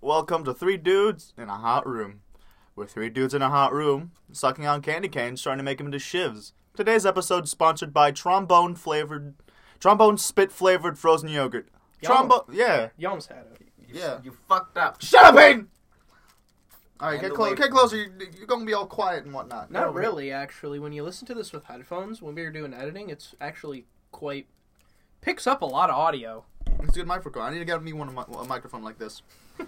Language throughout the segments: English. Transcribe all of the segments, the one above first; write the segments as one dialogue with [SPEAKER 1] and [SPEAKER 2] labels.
[SPEAKER 1] Welcome to Three Dudes in a Hot Room. We're three dudes in a hot room, sucking on candy canes, trying to make them into shivs. Today's episode sponsored by trombone flavored, trombone spit flavored frozen yogurt.
[SPEAKER 2] Yum.
[SPEAKER 1] Trombone, yeah.
[SPEAKER 2] Yums had it.
[SPEAKER 1] Yeah.
[SPEAKER 3] You fucked up.
[SPEAKER 1] Shut up, Aiden. All right,
[SPEAKER 3] And
[SPEAKER 1] get,
[SPEAKER 3] the
[SPEAKER 1] clo-
[SPEAKER 3] wave-
[SPEAKER 1] get closer. You're, you're gonna be all quiet and whatnot.
[SPEAKER 2] Not
[SPEAKER 1] Whatever.
[SPEAKER 2] really, actually. When you listen to this with headphones, when we were doing editing, it's actually quite picks up a lot of audio.
[SPEAKER 1] It's a good microphone. I need to get me one of my, a microphone like this.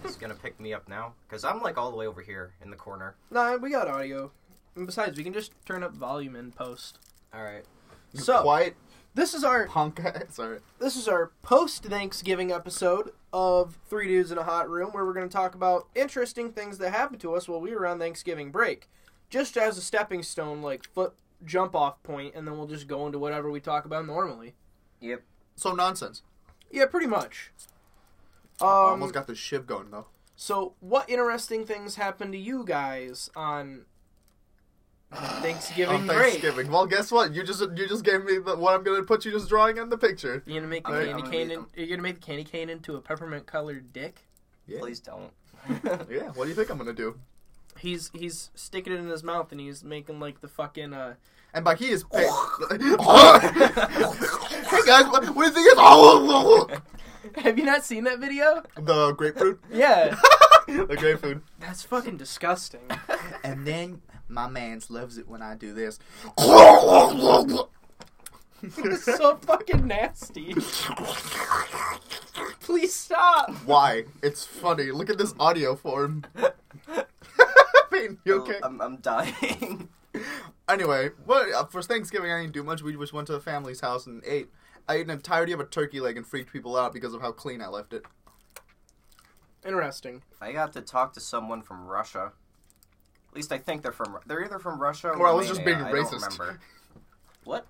[SPEAKER 3] It's gonna pick me up now because I'm like all the way over here in the corner.
[SPEAKER 2] Nah, we got audio. And besides, we can just turn up volume in post.
[SPEAKER 3] All right.
[SPEAKER 1] You
[SPEAKER 2] So-
[SPEAKER 1] quiet
[SPEAKER 2] This is our
[SPEAKER 1] punk. Sorry.
[SPEAKER 2] this is our post Thanksgiving episode of Three Dudes in a Hot Room, where we're going to talk about interesting things that happened to us while we were on Thanksgiving break, just as a stepping stone, like foot jump off point, and then we'll just go into whatever we talk about normally.
[SPEAKER 3] Yep.
[SPEAKER 1] So nonsense.
[SPEAKER 2] Yeah, pretty much.
[SPEAKER 1] I
[SPEAKER 2] Um,
[SPEAKER 1] almost got the shiv going though.
[SPEAKER 2] So, what interesting things happened to you guys on Thanksgiving
[SPEAKER 1] On
[SPEAKER 2] break?
[SPEAKER 1] Thanksgiving. Well, guess what? You just you just gave me the, what I'm gonna put you just drawing in the picture.
[SPEAKER 2] You're gonna make the
[SPEAKER 1] I'm
[SPEAKER 2] candy
[SPEAKER 1] gonna
[SPEAKER 2] cane.
[SPEAKER 1] eat
[SPEAKER 2] In,
[SPEAKER 1] them.
[SPEAKER 2] you're gonna make the candy cane into a peppermint colored dick.
[SPEAKER 1] Yeah.
[SPEAKER 3] Please don't.
[SPEAKER 1] Yeah. What do you think I'm gonna do?
[SPEAKER 2] He's he's sticking it in his mouth and he's making like the fucking uh.
[SPEAKER 1] And by he is. Pa- hey guys, what, what do you think? It's
[SPEAKER 2] Have you not seen that video?
[SPEAKER 1] the grapefruit.
[SPEAKER 2] Yeah,
[SPEAKER 1] The grapefruit.
[SPEAKER 2] that's fucking disgusting.
[SPEAKER 1] And then my man's loves it when I do this.
[SPEAKER 2] It's so fucking nasty. Please stop.
[SPEAKER 1] Why? It's funny. Look at this audio form. Peyton, you okay?
[SPEAKER 3] I'm, I'm dying.
[SPEAKER 1] Anyway, what uh, for Thanksgiving I didn't do much. We just went to a family's house and ate. I ate an entirety of a turkey leg and freaked people out because of how clean I left it.
[SPEAKER 2] Interesting.
[SPEAKER 3] I got to talk to someone from Russia. At least I think they're from. Ru- They're either from Russia or.
[SPEAKER 1] Or I was just
[SPEAKER 3] Romania.
[SPEAKER 1] being
[SPEAKER 3] I don't
[SPEAKER 1] racist.
[SPEAKER 3] remember. What?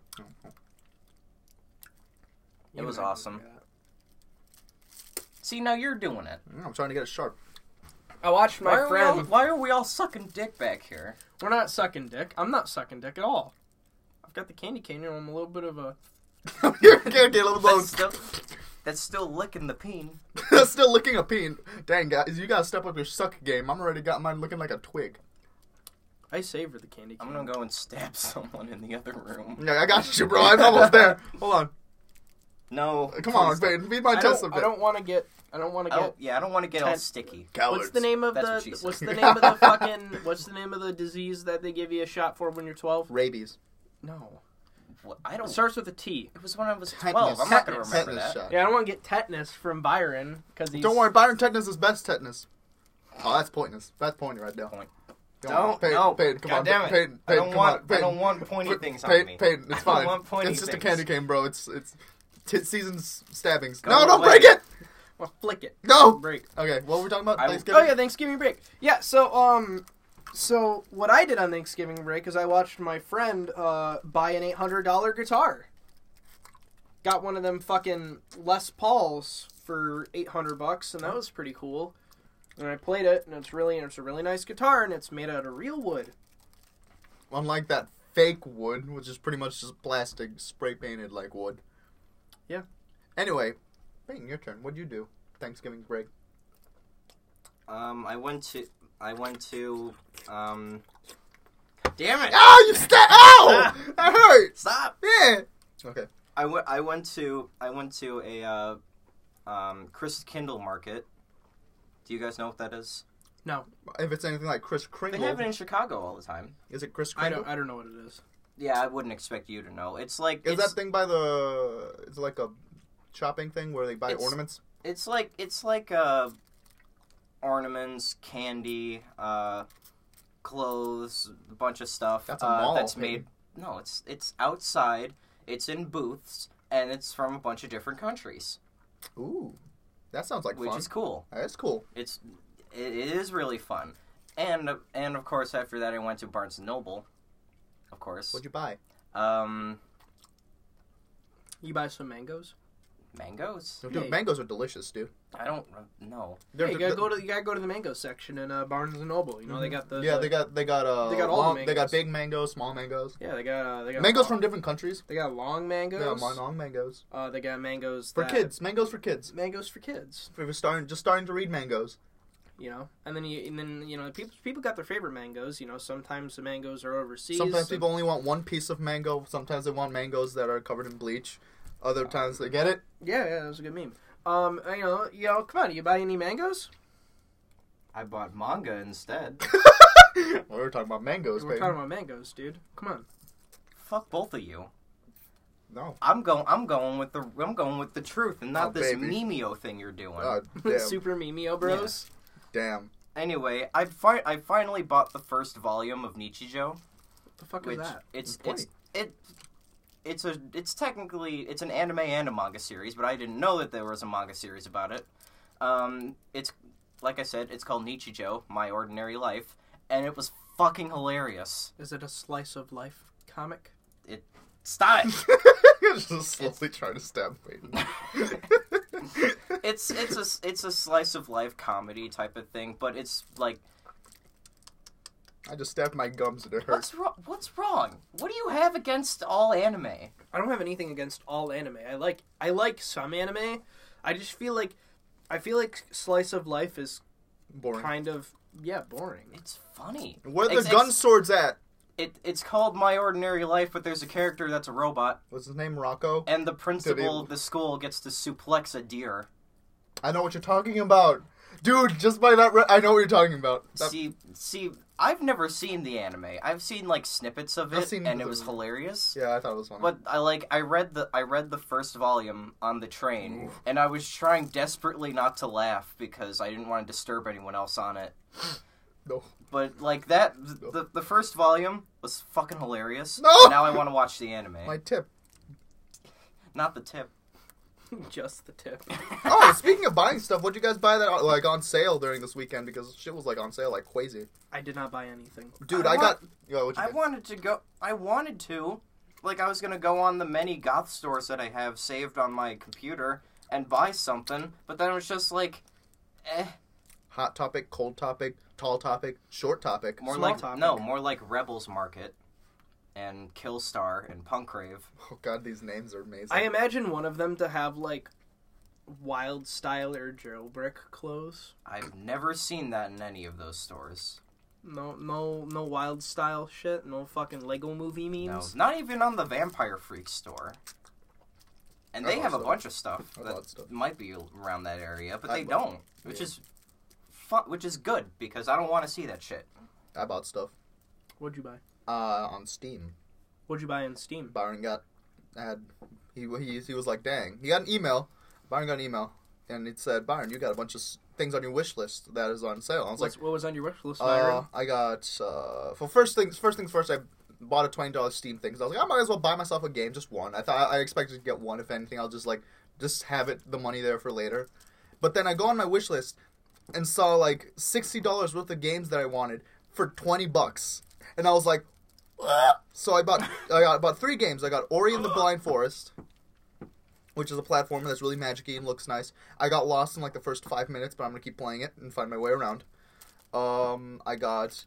[SPEAKER 3] It was awesome. See, now you're doing it.
[SPEAKER 1] Mm, I'm trying to get it sharp.
[SPEAKER 2] I watched
[SPEAKER 3] why,
[SPEAKER 2] my
[SPEAKER 3] are we all,
[SPEAKER 2] friend.
[SPEAKER 3] why are we all sucking dick back here?
[SPEAKER 2] We're not sucking dick. I'm not sucking dick at all. I've got the candy cane and I'm a little bit of a.
[SPEAKER 1] You're can't deal with
[SPEAKER 3] That's
[SPEAKER 1] those.
[SPEAKER 3] still, that's still licking the peen.
[SPEAKER 1] Still looking a peen. Dang guys, you gotta step up your suck game. I'm already got mine looking like a twig.
[SPEAKER 2] I savor the candy cane.
[SPEAKER 3] I'm gonna go and stab someone in the other room.
[SPEAKER 1] Yeah, I got you, bro. I'm almost there. Hold on.
[SPEAKER 3] No.
[SPEAKER 1] Come on,
[SPEAKER 3] please don't.
[SPEAKER 1] Peyton. Be my
[SPEAKER 2] I
[SPEAKER 1] test
[SPEAKER 2] don't, I
[SPEAKER 1] subject.
[SPEAKER 2] don't want to get. I don't want to
[SPEAKER 3] I
[SPEAKER 2] get.
[SPEAKER 3] don't- yeah, I don't want to get all
[SPEAKER 2] Ten-
[SPEAKER 3] sticky.
[SPEAKER 1] Cowards.
[SPEAKER 2] What's the name of
[SPEAKER 3] Oh, That's what she
[SPEAKER 2] the?
[SPEAKER 3] said.
[SPEAKER 2] What's the name of the fucking? What's the name of the disease that they give you a shot for when you're 12?
[SPEAKER 1] Rabies.
[SPEAKER 2] No,
[SPEAKER 3] What- I don't.
[SPEAKER 2] it starts with a T.
[SPEAKER 3] It was when I was
[SPEAKER 1] Tetanus.
[SPEAKER 3] 12. I'm not going to
[SPEAKER 1] Tetanus.
[SPEAKER 3] remember
[SPEAKER 1] Tetanus
[SPEAKER 3] that.
[SPEAKER 1] shot.
[SPEAKER 2] Yeah, I don't want to get tetanus from Byron because he's.
[SPEAKER 1] Don't worry, Byron tetanus is best tetanus. Oh, that's pointless. That's pointy right now.
[SPEAKER 3] Point.
[SPEAKER 1] Come
[SPEAKER 3] Don't,
[SPEAKER 1] on, Peyton,
[SPEAKER 3] no.
[SPEAKER 1] Peyton, come
[SPEAKER 3] God
[SPEAKER 1] on,
[SPEAKER 3] damn it.
[SPEAKER 1] Peyton,
[SPEAKER 3] I
[SPEAKER 1] Peyton,
[SPEAKER 3] don't
[SPEAKER 1] come
[SPEAKER 3] want-
[SPEAKER 1] on, Peyton.
[SPEAKER 3] I don't want pointy
[SPEAKER 1] Pey-
[SPEAKER 3] things
[SPEAKER 1] Pey-
[SPEAKER 3] on me.
[SPEAKER 1] Peyton,
[SPEAKER 3] I
[SPEAKER 1] it's
[SPEAKER 3] don't
[SPEAKER 1] fine.
[SPEAKER 3] want pointy
[SPEAKER 1] it's just
[SPEAKER 3] things.
[SPEAKER 1] a candy cane, bro. It's it's tit season's stabbings.
[SPEAKER 3] Go
[SPEAKER 1] no, don't
[SPEAKER 3] away.
[SPEAKER 1] break it.
[SPEAKER 2] Well, flick it.
[SPEAKER 1] No.
[SPEAKER 2] Break.
[SPEAKER 1] Okay, what were we talking about?
[SPEAKER 3] I-
[SPEAKER 1] Thanksgiving.
[SPEAKER 2] Oh yeah, Thanksgiving break. Yeah, so um, so what I did on Thanksgiving break is I watched my friend uh buy an eight hundred dollar guitar. Got one of them fucking Les Pauls for eight hundred bucks, and that was pretty cool. And I played it, and it's really it's a really nice guitar, and it's made out of real wood.
[SPEAKER 1] Unlike that fake wood, which is pretty much just plastic spray painted like wood.
[SPEAKER 2] Yeah.
[SPEAKER 1] Anyway, Peyton, your turn. What'd you do? Thanksgiving break.
[SPEAKER 3] Um, I went to. I went to. Um. Damn it!
[SPEAKER 1] Oh, you stabbed! Ow!
[SPEAKER 2] Ah!
[SPEAKER 1] that hurt.
[SPEAKER 3] Stop!
[SPEAKER 1] Yeah. Okay.
[SPEAKER 3] I went. I went to. I went to a. Uh, um, Chris Kindle Market. Do you guys know what that is?
[SPEAKER 1] If it's anything like Chris
[SPEAKER 3] They
[SPEAKER 1] Kringle,
[SPEAKER 3] have it in Chicago all the time.
[SPEAKER 1] is it Chris
[SPEAKER 2] I
[SPEAKER 1] Kringle?
[SPEAKER 2] don't I don't know what it is.
[SPEAKER 3] Yeah, I wouldn't expect you to know. It's like
[SPEAKER 1] Is
[SPEAKER 3] it's,
[SPEAKER 1] that thing by the? Is it like a shopping thing where they buy
[SPEAKER 3] It's-
[SPEAKER 1] ornaments?
[SPEAKER 3] it's like it's like uh ornaments, candy, uh clothes, a bunch of stuff.
[SPEAKER 1] That's a
[SPEAKER 3] uh,
[SPEAKER 1] mall
[SPEAKER 3] that's
[SPEAKER 1] thing.
[SPEAKER 3] made No, it's it's outside, it's in booths, and it's from a bunch of different countries.
[SPEAKER 1] Ooh, that sounds like
[SPEAKER 3] which
[SPEAKER 1] fun.
[SPEAKER 3] is cool.
[SPEAKER 1] That's cool.
[SPEAKER 3] It's it, it is really fun. And and of course after that I went to Barnes and Noble. Of course.
[SPEAKER 1] What'd you buy?
[SPEAKER 3] Um
[SPEAKER 2] You buy some mangoes.
[SPEAKER 3] mangoes?
[SPEAKER 1] Dude,
[SPEAKER 2] Yeah.
[SPEAKER 1] mangoes are delicious, dude.
[SPEAKER 3] I don't uh, know.
[SPEAKER 1] They're
[SPEAKER 2] yeah, you
[SPEAKER 1] de-
[SPEAKER 2] gotta go to you gotta go to the mango section in uh, Barnes and Noble. You know they got the
[SPEAKER 1] yeah, they got they got uh
[SPEAKER 2] They got all the
[SPEAKER 1] long- they got
[SPEAKER 2] mangoes.
[SPEAKER 1] big mangoes, small mangoes,
[SPEAKER 2] yeah they got uh, they got
[SPEAKER 1] mangoes
[SPEAKER 2] long-
[SPEAKER 1] from different countries.
[SPEAKER 2] they got long mangoes.
[SPEAKER 1] They got mon- long mangoes
[SPEAKER 2] Uh, they got mangoes
[SPEAKER 1] for
[SPEAKER 2] that-
[SPEAKER 1] kids. Mangoes for kids.
[SPEAKER 2] Mangoes for kids.
[SPEAKER 1] We were starting just starting to read mangoes.
[SPEAKER 2] you know. And then you, and then you know, people people got their favorite mangoes. You know, sometimes the mangoes are overseas.
[SPEAKER 1] Sometimes
[SPEAKER 2] some-
[SPEAKER 1] people only want one piece of mango. Sometimes they want mangoes that are covered in bleach. Other times they get it.
[SPEAKER 2] Yeah, yeah, that was a good meme. Um, you know, you know, come on, you buy any mangoes?
[SPEAKER 3] I bought manga instead.
[SPEAKER 1] we were talking about mangoes,
[SPEAKER 2] We're
[SPEAKER 1] baby.
[SPEAKER 2] talking about mangoes, dude. Come on.
[SPEAKER 3] Fuck both of you.
[SPEAKER 1] No.
[SPEAKER 3] I'm going. I'm going with the. I'm going with the truth, and not
[SPEAKER 1] Oh,
[SPEAKER 3] this
[SPEAKER 1] baby.
[SPEAKER 3] memeo thing you're doing.
[SPEAKER 1] Ah, damn.
[SPEAKER 2] Super Mimeo Bros.
[SPEAKER 1] damn.
[SPEAKER 3] Anyway, I fi- I finally bought the first volume of Nichijou,
[SPEAKER 2] What the fuck
[SPEAKER 3] which
[SPEAKER 2] is that?
[SPEAKER 3] it's
[SPEAKER 1] Good
[SPEAKER 3] it's it. It's a it's technically it's an anime and a manga series, but I didn't know that there was a manga series about it. Um, it's like I said, it's called Nichijou, My Ordinary Life, and it was fucking hilarious.
[SPEAKER 2] Is it a slice of life comic?
[SPEAKER 3] Stop it!
[SPEAKER 1] You're just slowly trying to stab me.
[SPEAKER 3] it's it's a s- it's a slice of life comedy type of thing, but it's like
[SPEAKER 1] I just stabbed my gums and it hurt.
[SPEAKER 3] what's wrong? What's wrong? What do you have against all anime?
[SPEAKER 2] I don't have anything against all anime. I like I like some anime. I just feel like I feel like slice of life is
[SPEAKER 1] Boring.
[SPEAKER 2] kind of yeah boring.
[SPEAKER 3] It's funny.
[SPEAKER 1] Where are the
[SPEAKER 3] It's- it's-
[SPEAKER 1] gun swords at?
[SPEAKER 3] It, it's called My Ordinary Life, but there's a character that's a robot,
[SPEAKER 1] What's his name? Rocco.
[SPEAKER 3] and the principal
[SPEAKER 1] he-
[SPEAKER 3] of the school gets to suplex a deer.
[SPEAKER 1] I know what you're talking about, dude. Just by that, re- I know what you're talking about. That-
[SPEAKER 3] See, see, I've never seen the anime. I've seen like snippets of
[SPEAKER 1] I've
[SPEAKER 3] it,
[SPEAKER 1] seen
[SPEAKER 3] and it
[SPEAKER 1] the-
[SPEAKER 3] was hilarious.
[SPEAKER 1] yeah, I thought it was funny.
[SPEAKER 3] But I like I read the I read the first volume on the train, and I was trying desperately not to laugh because I didn't want to disturb anyone else on it.
[SPEAKER 1] No.
[SPEAKER 3] But like that, th- the the first volume was fucking hilarious.
[SPEAKER 1] No!
[SPEAKER 3] Now I want to watch the anime.
[SPEAKER 1] My tip.
[SPEAKER 3] Not the tip.
[SPEAKER 2] just the tip.
[SPEAKER 1] Oh, speaking of buying stuff, what'd you guys buy that like on sale during this weekend? Because shit was like on sale like crazy.
[SPEAKER 2] I did not buy anything.
[SPEAKER 1] Dude,
[SPEAKER 3] I
[SPEAKER 1] I,
[SPEAKER 3] want-
[SPEAKER 1] got. Yo, what'd you
[SPEAKER 3] I
[SPEAKER 1] get?
[SPEAKER 3] wanted to go. I wanted to, like, I was gonna go on the many goth stores that I have saved on my computer and buy something, but then it was just like, eh,
[SPEAKER 1] Hot topic, cold topic, tall topic, short topic.
[SPEAKER 3] more
[SPEAKER 2] Small
[SPEAKER 3] like
[SPEAKER 2] topic.
[SPEAKER 3] no, more like Rebels Market, and Killstar and Punk Rave.
[SPEAKER 1] Oh god, these names are amazing.
[SPEAKER 2] I imagine one of them to have like wild style or jailbreak clothes.
[SPEAKER 3] I've never seen that in any of those stores.
[SPEAKER 2] No, no, no wild style shit. No fucking Lego movie
[SPEAKER 3] No,
[SPEAKER 2] memes.
[SPEAKER 3] not even on the Vampire Freak store. And
[SPEAKER 1] I
[SPEAKER 3] they
[SPEAKER 1] bought
[SPEAKER 3] have a
[SPEAKER 1] stuff.
[SPEAKER 3] bunch of stuff
[SPEAKER 1] I
[SPEAKER 3] that
[SPEAKER 1] bought stuff.
[SPEAKER 3] might be around that area, but
[SPEAKER 1] I
[SPEAKER 3] they
[SPEAKER 1] bought-
[SPEAKER 3] don't, which
[SPEAKER 1] yeah.
[SPEAKER 3] is fun, which is good because I don't want to see that shit.
[SPEAKER 1] I bought stuff
[SPEAKER 2] What'd you buy?
[SPEAKER 1] uh, on Steam.
[SPEAKER 2] What'd you buy in Steam?
[SPEAKER 1] Byron got had he he he was like, dang, he got an email. Byron got an email, and it said, Byron, you got a bunch of s- things on your wish list that is on sale. I was like,
[SPEAKER 2] What's- what was on your wish list,
[SPEAKER 1] uh,
[SPEAKER 2] Myron?
[SPEAKER 1] I got uh, well, first things first things first. I bought a twenty dollars Steam thing. 'cause I was like, I might as well buy myself a game, just one. I thought I expected to get one. If anything, I'll just like just have it the money there for later. But then I go on my wish list and saw like sixty dollars worth of games that I wanted for twenty bucks, and I was like, "Ah." so I bought I got about three games. I got Ori and the Blind Forest, which is a platformer that's really magic-y and looks nice. I got lost in like the first five minutes, but I'm gonna keep playing it and find my way around. Um, I got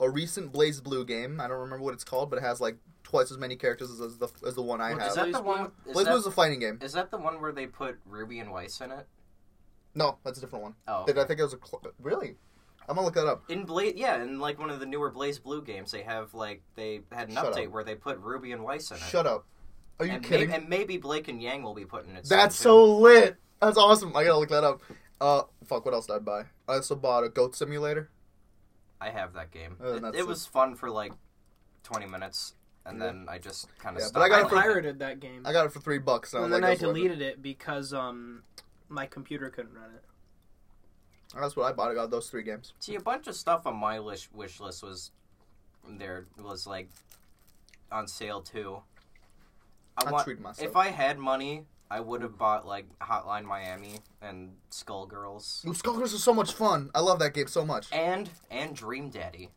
[SPEAKER 1] a recent Blaze Blue game. I don't remember what it's called, but it has like twice as many characters as, as the as the one I
[SPEAKER 2] What
[SPEAKER 1] have.
[SPEAKER 3] Is that the one? With, is,
[SPEAKER 1] Blaze Blue is a
[SPEAKER 3] that,
[SPEAKER 1] fighting game.
[SPEAKER 3] is that the one where they put Ruby and Weiss in it?
[SPEAKER 1] No, that's a different one.
[SPEAKER 3] Oh,
[SPEAKER 1] Did I think it was a cl- really? I'm gonna look that up.
[SPEAKER 3] in Blaze, yeah, in like one of the newer Blaze Blue games, they have like they had an
[SPEAKER 1] Shut
[SPEAKER 3] update
[SPEAKER 1] up.
[SPEAKER 3] where they put Ruby and Weiss in it.
[SPEAKER 1] Shut up. Are you
[SPEAKER 3] and,
[SPEAKER 1] kidding?
[SPEAKER 3] May- and maybe Blake and Yang will be put in it. soon,
[SPEAKER 1] That's
[SPEAKER 3] too.
[SPEAKER 1] so lit. That's awesome. I gotta look that up. Uh, fuck. What else did I buy? I also bought a goat simulator.
[SPEAKER 3] I have that game.
[SPEAKER 1] Oh,
[SPEAKER 3] it
[SPEAKER 1] that's
[SPEAKER 3] it
[SPEAKER 1] it.
[SPEAKER 3] was fun for like twenty minutes, and
[SPEAKER 1] Yeah.
[SPEAKER 3] then I just kind of
[SPEAKER 1] Yeah, but
[SPEAKER 3] stopped.
[SPEAKER 1] I
[SPEAKER 2] I
[SPEAKER 1] got a free-
[SPEAKER 2] pirated that game,
[SPEAKER 1] I got it for three bucks. And,
[SPEAKER 2] and
[SPEAKER 1] I was
[SPEAKER 2] then
[SPEAKER 1] like,
[SPEAKER 2] I
[SPEAKER 1] that's worth it.
[SPEAKER 2] deleted it because um my computer couldn't run it.
[SPEAKER 1] That's what I bought. I got those three games.
[SPEAKER 3] See, a bunch of stuff on my wish wish list was there was like on sale too. I
[SPEAKER 1] I,
[SPEAKER 3] want
[SPEAKER 1] treated myself.
[SPEAKER 3] if I had money, I would have bought like Hotline Miami and Skullgirls.
[SPEAKER 1] Ooh, Skullgirls is so much fun. I love that game so much.
[SPEAKER 3] and and Dream Daddy.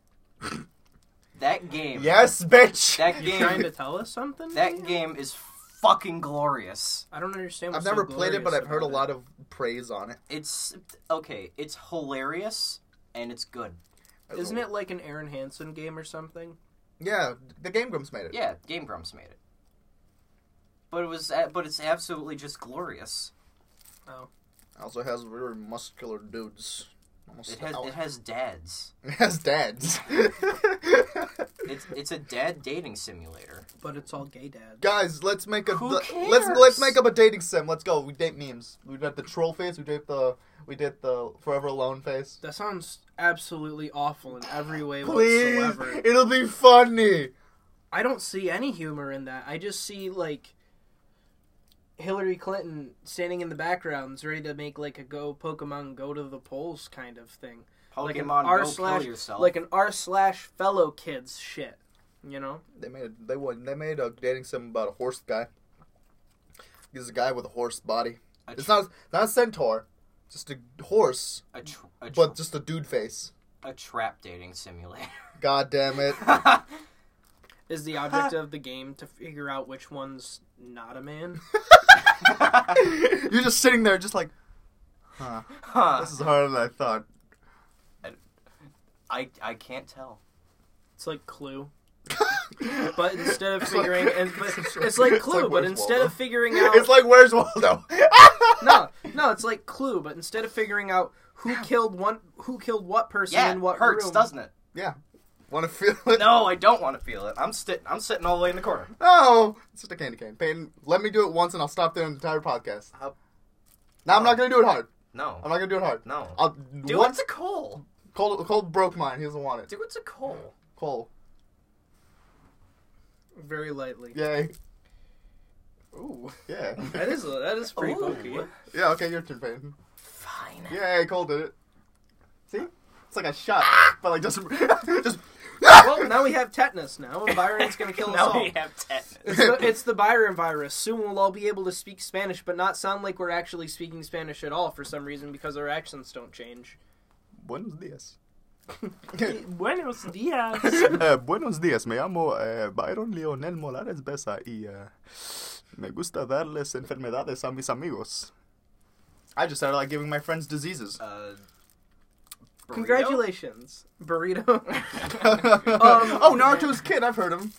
[SPEAKER 3] that game.
[SPEAKER 1] Yes, bitch.
[SPEAKER 3] That
[SPEAKER 2] You trying to
[SPEAKER 3] game.
[SPEAKER 2] tell us something?
[SPEAKER 3] That game is fucking glorious.
[SPEAKER 2] I don't understand.
[SPEAKER 1] I've
[SPEAKER 2] What's
[SPEAKER 1] never played it, but I've heard a lot
[SPEAKER 2] Of...
[SPEAKER 1] of praise on it.
[SPEAKER 3] It's okay. It's hilarious and it's good.
[SPEAKER 2] Isn't it like an Aaron Hansen game or something?
[SPEAKER 1] Yeah, the Game Grumps made it.
[SPEAKER 3] Yeah, Game Grumps made it. But it was. a- But it's absolutely just glorious.
[SPEAKER 1] It also has very muscular dudes. Almost
[SPEAKER 3] It has
[SPEAKER 1] oh,
[SPEAKER 3] it has dads.
[SPEAKER 1] it has dads.
[SPEAKER 3] It's it's a dad dating simulator.
[SPEAKER 2] But it's all gay dad.
[SPEAKER 1] Guys, let's make a
[SPEAKER 3] Who
[SPEAKER 1] let's
[SPEAKER 3] cares?
[SPEAKER 1] let's make up a dating sim. Let's go. We date memes. We did the troll face. We did the we did the forever alone face.
[SPEAKER 2] That sounds absolutely awful in every way
[SPEAKER 1] Please,
[SPEAKER 2] whatsoever.
[SPEAKER 1] it'll be funny.
[SPEAKER 2] I don't see any humor in that. I just see like Hillary Clinton standing in the background, ready to make like a go Pokemon go to the polls kind of thing.
[SPEAKER 3] Pokemon
[SPEAKER 2] like an
[SPEAKER 3] go
[SPEAKER 2] r
[SPEAKER 3] kill
[SPEAKER 2] slash
[SPEAKER 3] yourself.
[SPEAKER 2] like an r slash fellow kids shit. You know,
[SPEAKER 1] They made a, they won. They made a dating sim about a horse guy. He's a guy with a horse body.
[SPEAKER 3] a
[SPEAKER 1] It's not not a centaur, just a horse,
[SPEAKER 3] a, tr- a, tr-
[SPEAKER 1] but just a dude face.
[SPEAKER 3] a trap dating simulator.
[SPEAKER 1] God damn it!
[SPEAKER 2] is the object of the game to figure out which one's not a man?
[SPEAKER 1] You're just sitting there, just like, huh?
[SPEAKER 3] huh.
[SPEAKER 1] This is harder than I thought.
[SPEAKER 3] I I can't tell.
[SPEAKER 2] It's like Clue, but instead of figuring, and, but, it's
[SPEAKER 1] It's like
[SPEAKER 2] like Clue, but
[SPEAKER 1] Where's
[SPEAKER 2] instead
[SPEAKER 1] Waldo?
[SPEAKER 2] of figuring out,
[SPEAKER 1] It's like where's Waldo?
[SPEAKER 2] no, no, it's like Clue, but instead of figuring out who killed one, who killed what person
[SPEAKER 3] Yeah,
[SPEAKER 2] in what
[SPEAKER 3] hurts,
[SPEAKER 2] room,
[SPEAKER 3] doesn't it?
[SPEAKER 1] Yeah. Want to feel it?
[SPEAKER 3] No, I don't want to feel it. I'm sitting. I'm sitting all the way in the corner.
[SPEAKER 1] No, Oh, it's just a candy cane. Peyton, let me do it once and I'll stop doing the entire podcast.
[SPEAKER 3] How-
[SPEAKER 1] No, I'm not gonna do it hard.
[SPEAKER 3] No,
[SPEAKER 1] I'm not gonna do it hard.
[SPEAKER 3] no.
[SPEAKER 1] I'll,
[SPEAKER 3] Do
[SPEAKER 1] what?
[SPEAKER 3] what's a coal?
[SPEAKER 1] Cole, Cole broke mine. He doesn't want it.
[SPEAKER 3] Do what's a coal?
[SPEAKER 1] Cole,
[SPEAKER 2] very lightly.
[SPEAKER 1] yay,
[SPEAKER 2] Ooh,
[SPEAKER 1] yeah,
[SPEAKER 2] that is that is pretty
[SPEAKER 3] Ooh.
[SPEAKER 2] funky.
[SPEAKER 1] yeah. Okay, your turn, Peyton.
[SPEAKER 3] Fine.
[SPEAKER 1] Yay, Cole did it. See, it's like a shot, but like just, just.
[SPEAKER 2] Well, now we have tetanus. Now and Byron's gonna kill us
[SPEAKER 3] now
[SPEAKER 2] all.
[SPEAKER 3] we have tetanus.
[SPEAKER 2] It's the, it's the Byron virus. Soon we'll all be able to speak Spanish, but not sound like we're actually speaking Spanish at all for some reason because our accents don't change.
[SPEAKER 1] Buenos dias. Uh,
[SPEAKER 2] Buenos dias.
[SPEAKER 1] buenos días, me llamo uh, Byron Leonel Molares Besa y uh, me gusta darles enfermedades a mis amigos. I just started like giving my friends diseases.
[SPEAKER 3] Uh, burrito?
[SPEAKER 2] Congratulations, burrito.
[SPEAKER 1] oh, Naruto's kid, I've heard him.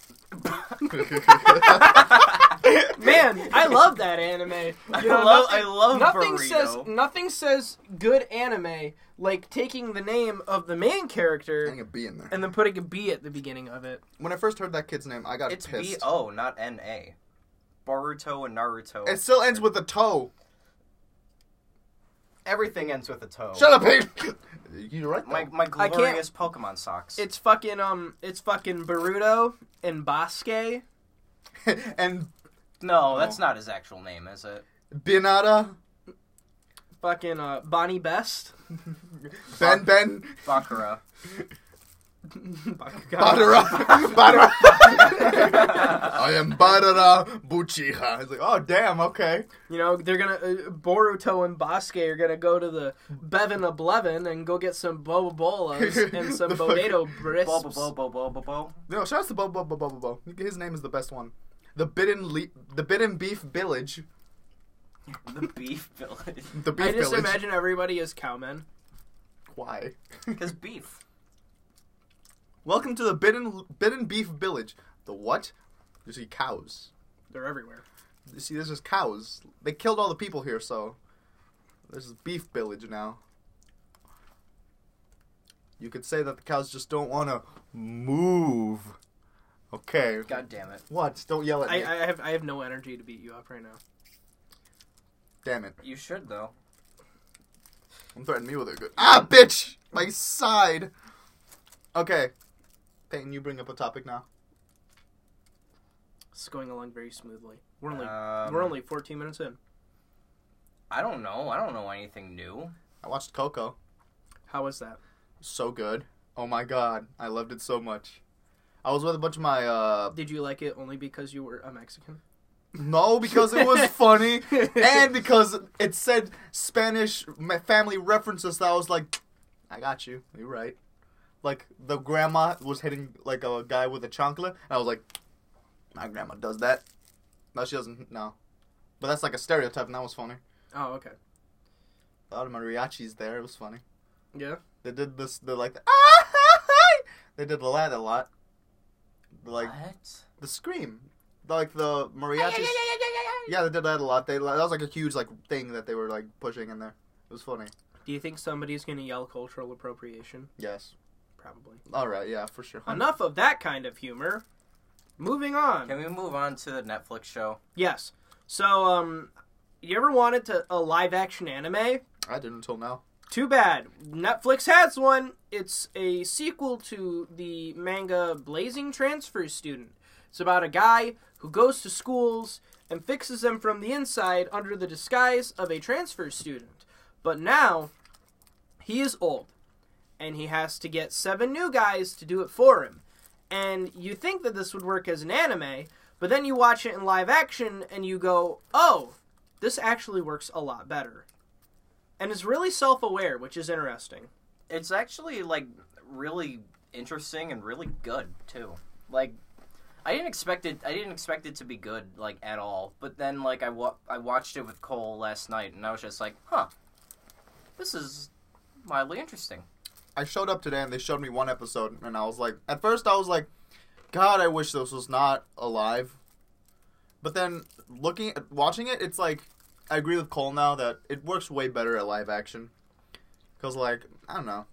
[SPEAKER 2] Man, I love that anime. You
[SPEAKER 3] I
[SPEAKER 2] know,
[SPEAKER 3] love.
[SPEAKER 2] nothing-
[SPEAKER 3] I love
[SPEAKER 2] nothing
[SPEAKER 3] burrito.
[SPEAKER 2] says nothing says good anime like taking the name of the main character
[SPEAKER 1] a B in there.
[SPEAKER 2] and then putting a B at the beginning of it.
[SPEAKER 1] When I first heard that kid's name, I got
[SPEAKER 3] It's B
[SPEAKER 1] pissed.
[SPEAKER 3] O, not N A. Boruto and Naruto.
[SPEAKER 1] It still ends with a toe.
[SPEAKER 3] everything ends with a toe.
[SPEAKER 1] Oh. Shut up, Pete. You're right. Though.
[SPEAKER 3] My my
[SPEAKER 2] can't-
[SPEAKER 3] glorious Pokemon socks.
[SPEAKER 2] It's fucking um it's fucking Boruto and Basque.
[SPEAKER 1] and
[SPEAKER 3] no, that's not his actual name, is it?
[SPEAKER 1] Binata,
[SPEAKER 2] Fucking uh Bonnie Best.
[SPEAKER 1] Ben Ben,
[SPEAKER 3] Bakura.
[SPEAKER 2] Bakugan.
[SPEAKER 1] Badara, Badara. I am Badara Buchiha. It's like, oh damn, okay.
[SPEAKER 2] You know, they're gonna uh, Boruto and Basque are gonna go to the Bevin of Blevin and go get some boba bolas and some
[SPEAKER 1] The fuck-
[SPEAKER 2] potato
[SPEAKER 3] Bo bo
[SPEAKER 2] brisks.
[SPEAKER 3] bo bo bo bo bo.
[SPEAKER 1] No, shout out to Bo Bo Bo Bo Bo Bo. His name is the best one. The Bidden Le- the Bidden Beef Village.
[SPEAKER 3] The Beef Village.
[SPEAKER 1] The Beef
[SPEAKER 2] I just
[SPEAKER 1] Village.
[SPEAKER 2] imagine everybody is cowmen.
[SPEAKER 1] Why?
[SPEAKER 3] Because beef.
[SPEAKER 1] Welcome to the Bidden Bidden Beef Village. The what? You see cows.
[SPEAKER 2] They're everywhere.
[SPEAKER 1] You see, there's just cows. They killed all the people here, so there's this beef village now. You could say that the cows just don't want to move. Okay.
[SPEAKER 3] God damn it.
[SPEAKER 1] What? Don't yell at
[SPEAKER 2] I,
[SPEAKER 1] me.
[SPEAKER 2] I have I have no energy to beat you up right now.
[SPEAKER 1] Damn it.
[SPEAKER 3] You should though.
[SPEAKER 1] Don't threaten me with it. Good. Ah, bitch! My side! Okay. Peyton, you bring up a topic now.
[SPEAKER 2] It's going along very smoothly. We're only
[SPEAKER 3] Um,
[SPEAKER 2] we're only 14 minutes in.
[SPEAKER 3] I don't know. I don't know anything new.
[SPEAKER 1] I watched Coco.
[SPEAKER 2] How is that?
[SPEAKER 1] So good. Oh my god. I loved it so much. I was with a bunch of my, uh,
[SPEAKER 2] Did you like it only because you were a Mexican?
[SPEAKER 1] No, because it was funny, and because it said Spanish ma- family references. That I was like, I got you. You're right. Like the grandma was hitting like a guy with a chancla, and I was like, my grandma does that. No, she doesn't. No, but that's like a stereotype, and that was funny.
[SPEAKER 2] Oh, okay.
[SPEAKER 1] A lot of mariachis there. It was funny.
[SPEAKER 2] Yeah.
[SPEAKER 1] They did this. They're like, they did the lot a lot. Like
[SPEAKER 3] what?
[SPEAKER 1] the scream, like the mariachis. Yeah, they did that a lot. They that was like a huge like thing that they were like pushing in there. It was funny.
[SPEAKER 2] Do you think somebody's going to yell cultural appropriation?
[SPEAKER 1] Yes.
[SPEAKER 2] Probably.
[SPEAKER 1] All right. Yeah, for sure.
[SPEAKER 2] Enough of that kind of humor. Moving on.
[SPEAKER 3] Can we move on to the Netflix show?
[SPEAKER 2] Yes. So, um, you ever wanted to a live action anime?
[SPEAKER 1] I didn't until now.
[SPEAKER 2] Too bad. Netflix has one. It's a sequel to the manga Blazing Transfer Student. It's about a guy who goes to schools and fixes them from the inside under the disguise of a transfer student. But now, he is old, and he has to get seven new guys to do it for him. And you think that this would work as an anime, but then you watch it in live action and you go, oh, this actually works a lot better and is really self-aware, which is interesting.
[SPEAKER 3] It's actually like really interesting and really good too. Like I didn't expect it. I didn't expect it to be good like at all. But then like I wa- I watched it with Cole last night, and I was just like, huh, this is mildly interesting.
[SPEAKER 1] I showed up today and they showed me one episode, and I was like, at first I was like, God, I wish this was not alive. But then looking at watching it, it's like I agree with Cole now that it works way better at live action. Cause like I don't know,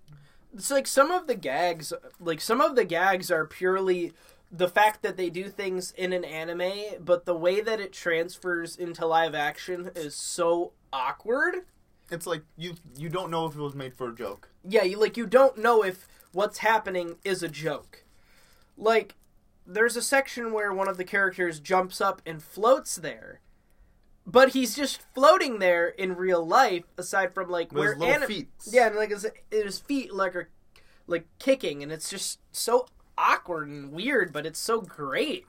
[SPEAKER 2] It's like some of the gags, like some of the gags are purely the fact that they do things in an anime, but the way that it transfers into live action is so awkward.
[SPEAKER 1] it's like you you don't know if it was made for a joke.
[SPEAKER 2] Yeah, you like you don't know if what's happening is a joke. Like there's a section where one of the characters jumps up and floats there. But he's just floating there in real life aside from like
[SPEAKER 1] With
[SPEAKER 2] where
[SPEAKER 1] his little
[SPEAKER 2] ani-
[SPEAKER 1] feet.
[SPEAKER 2] Yeah, and like his, his feet like are like kicking, and it's just so awkward and weird, but it's so great.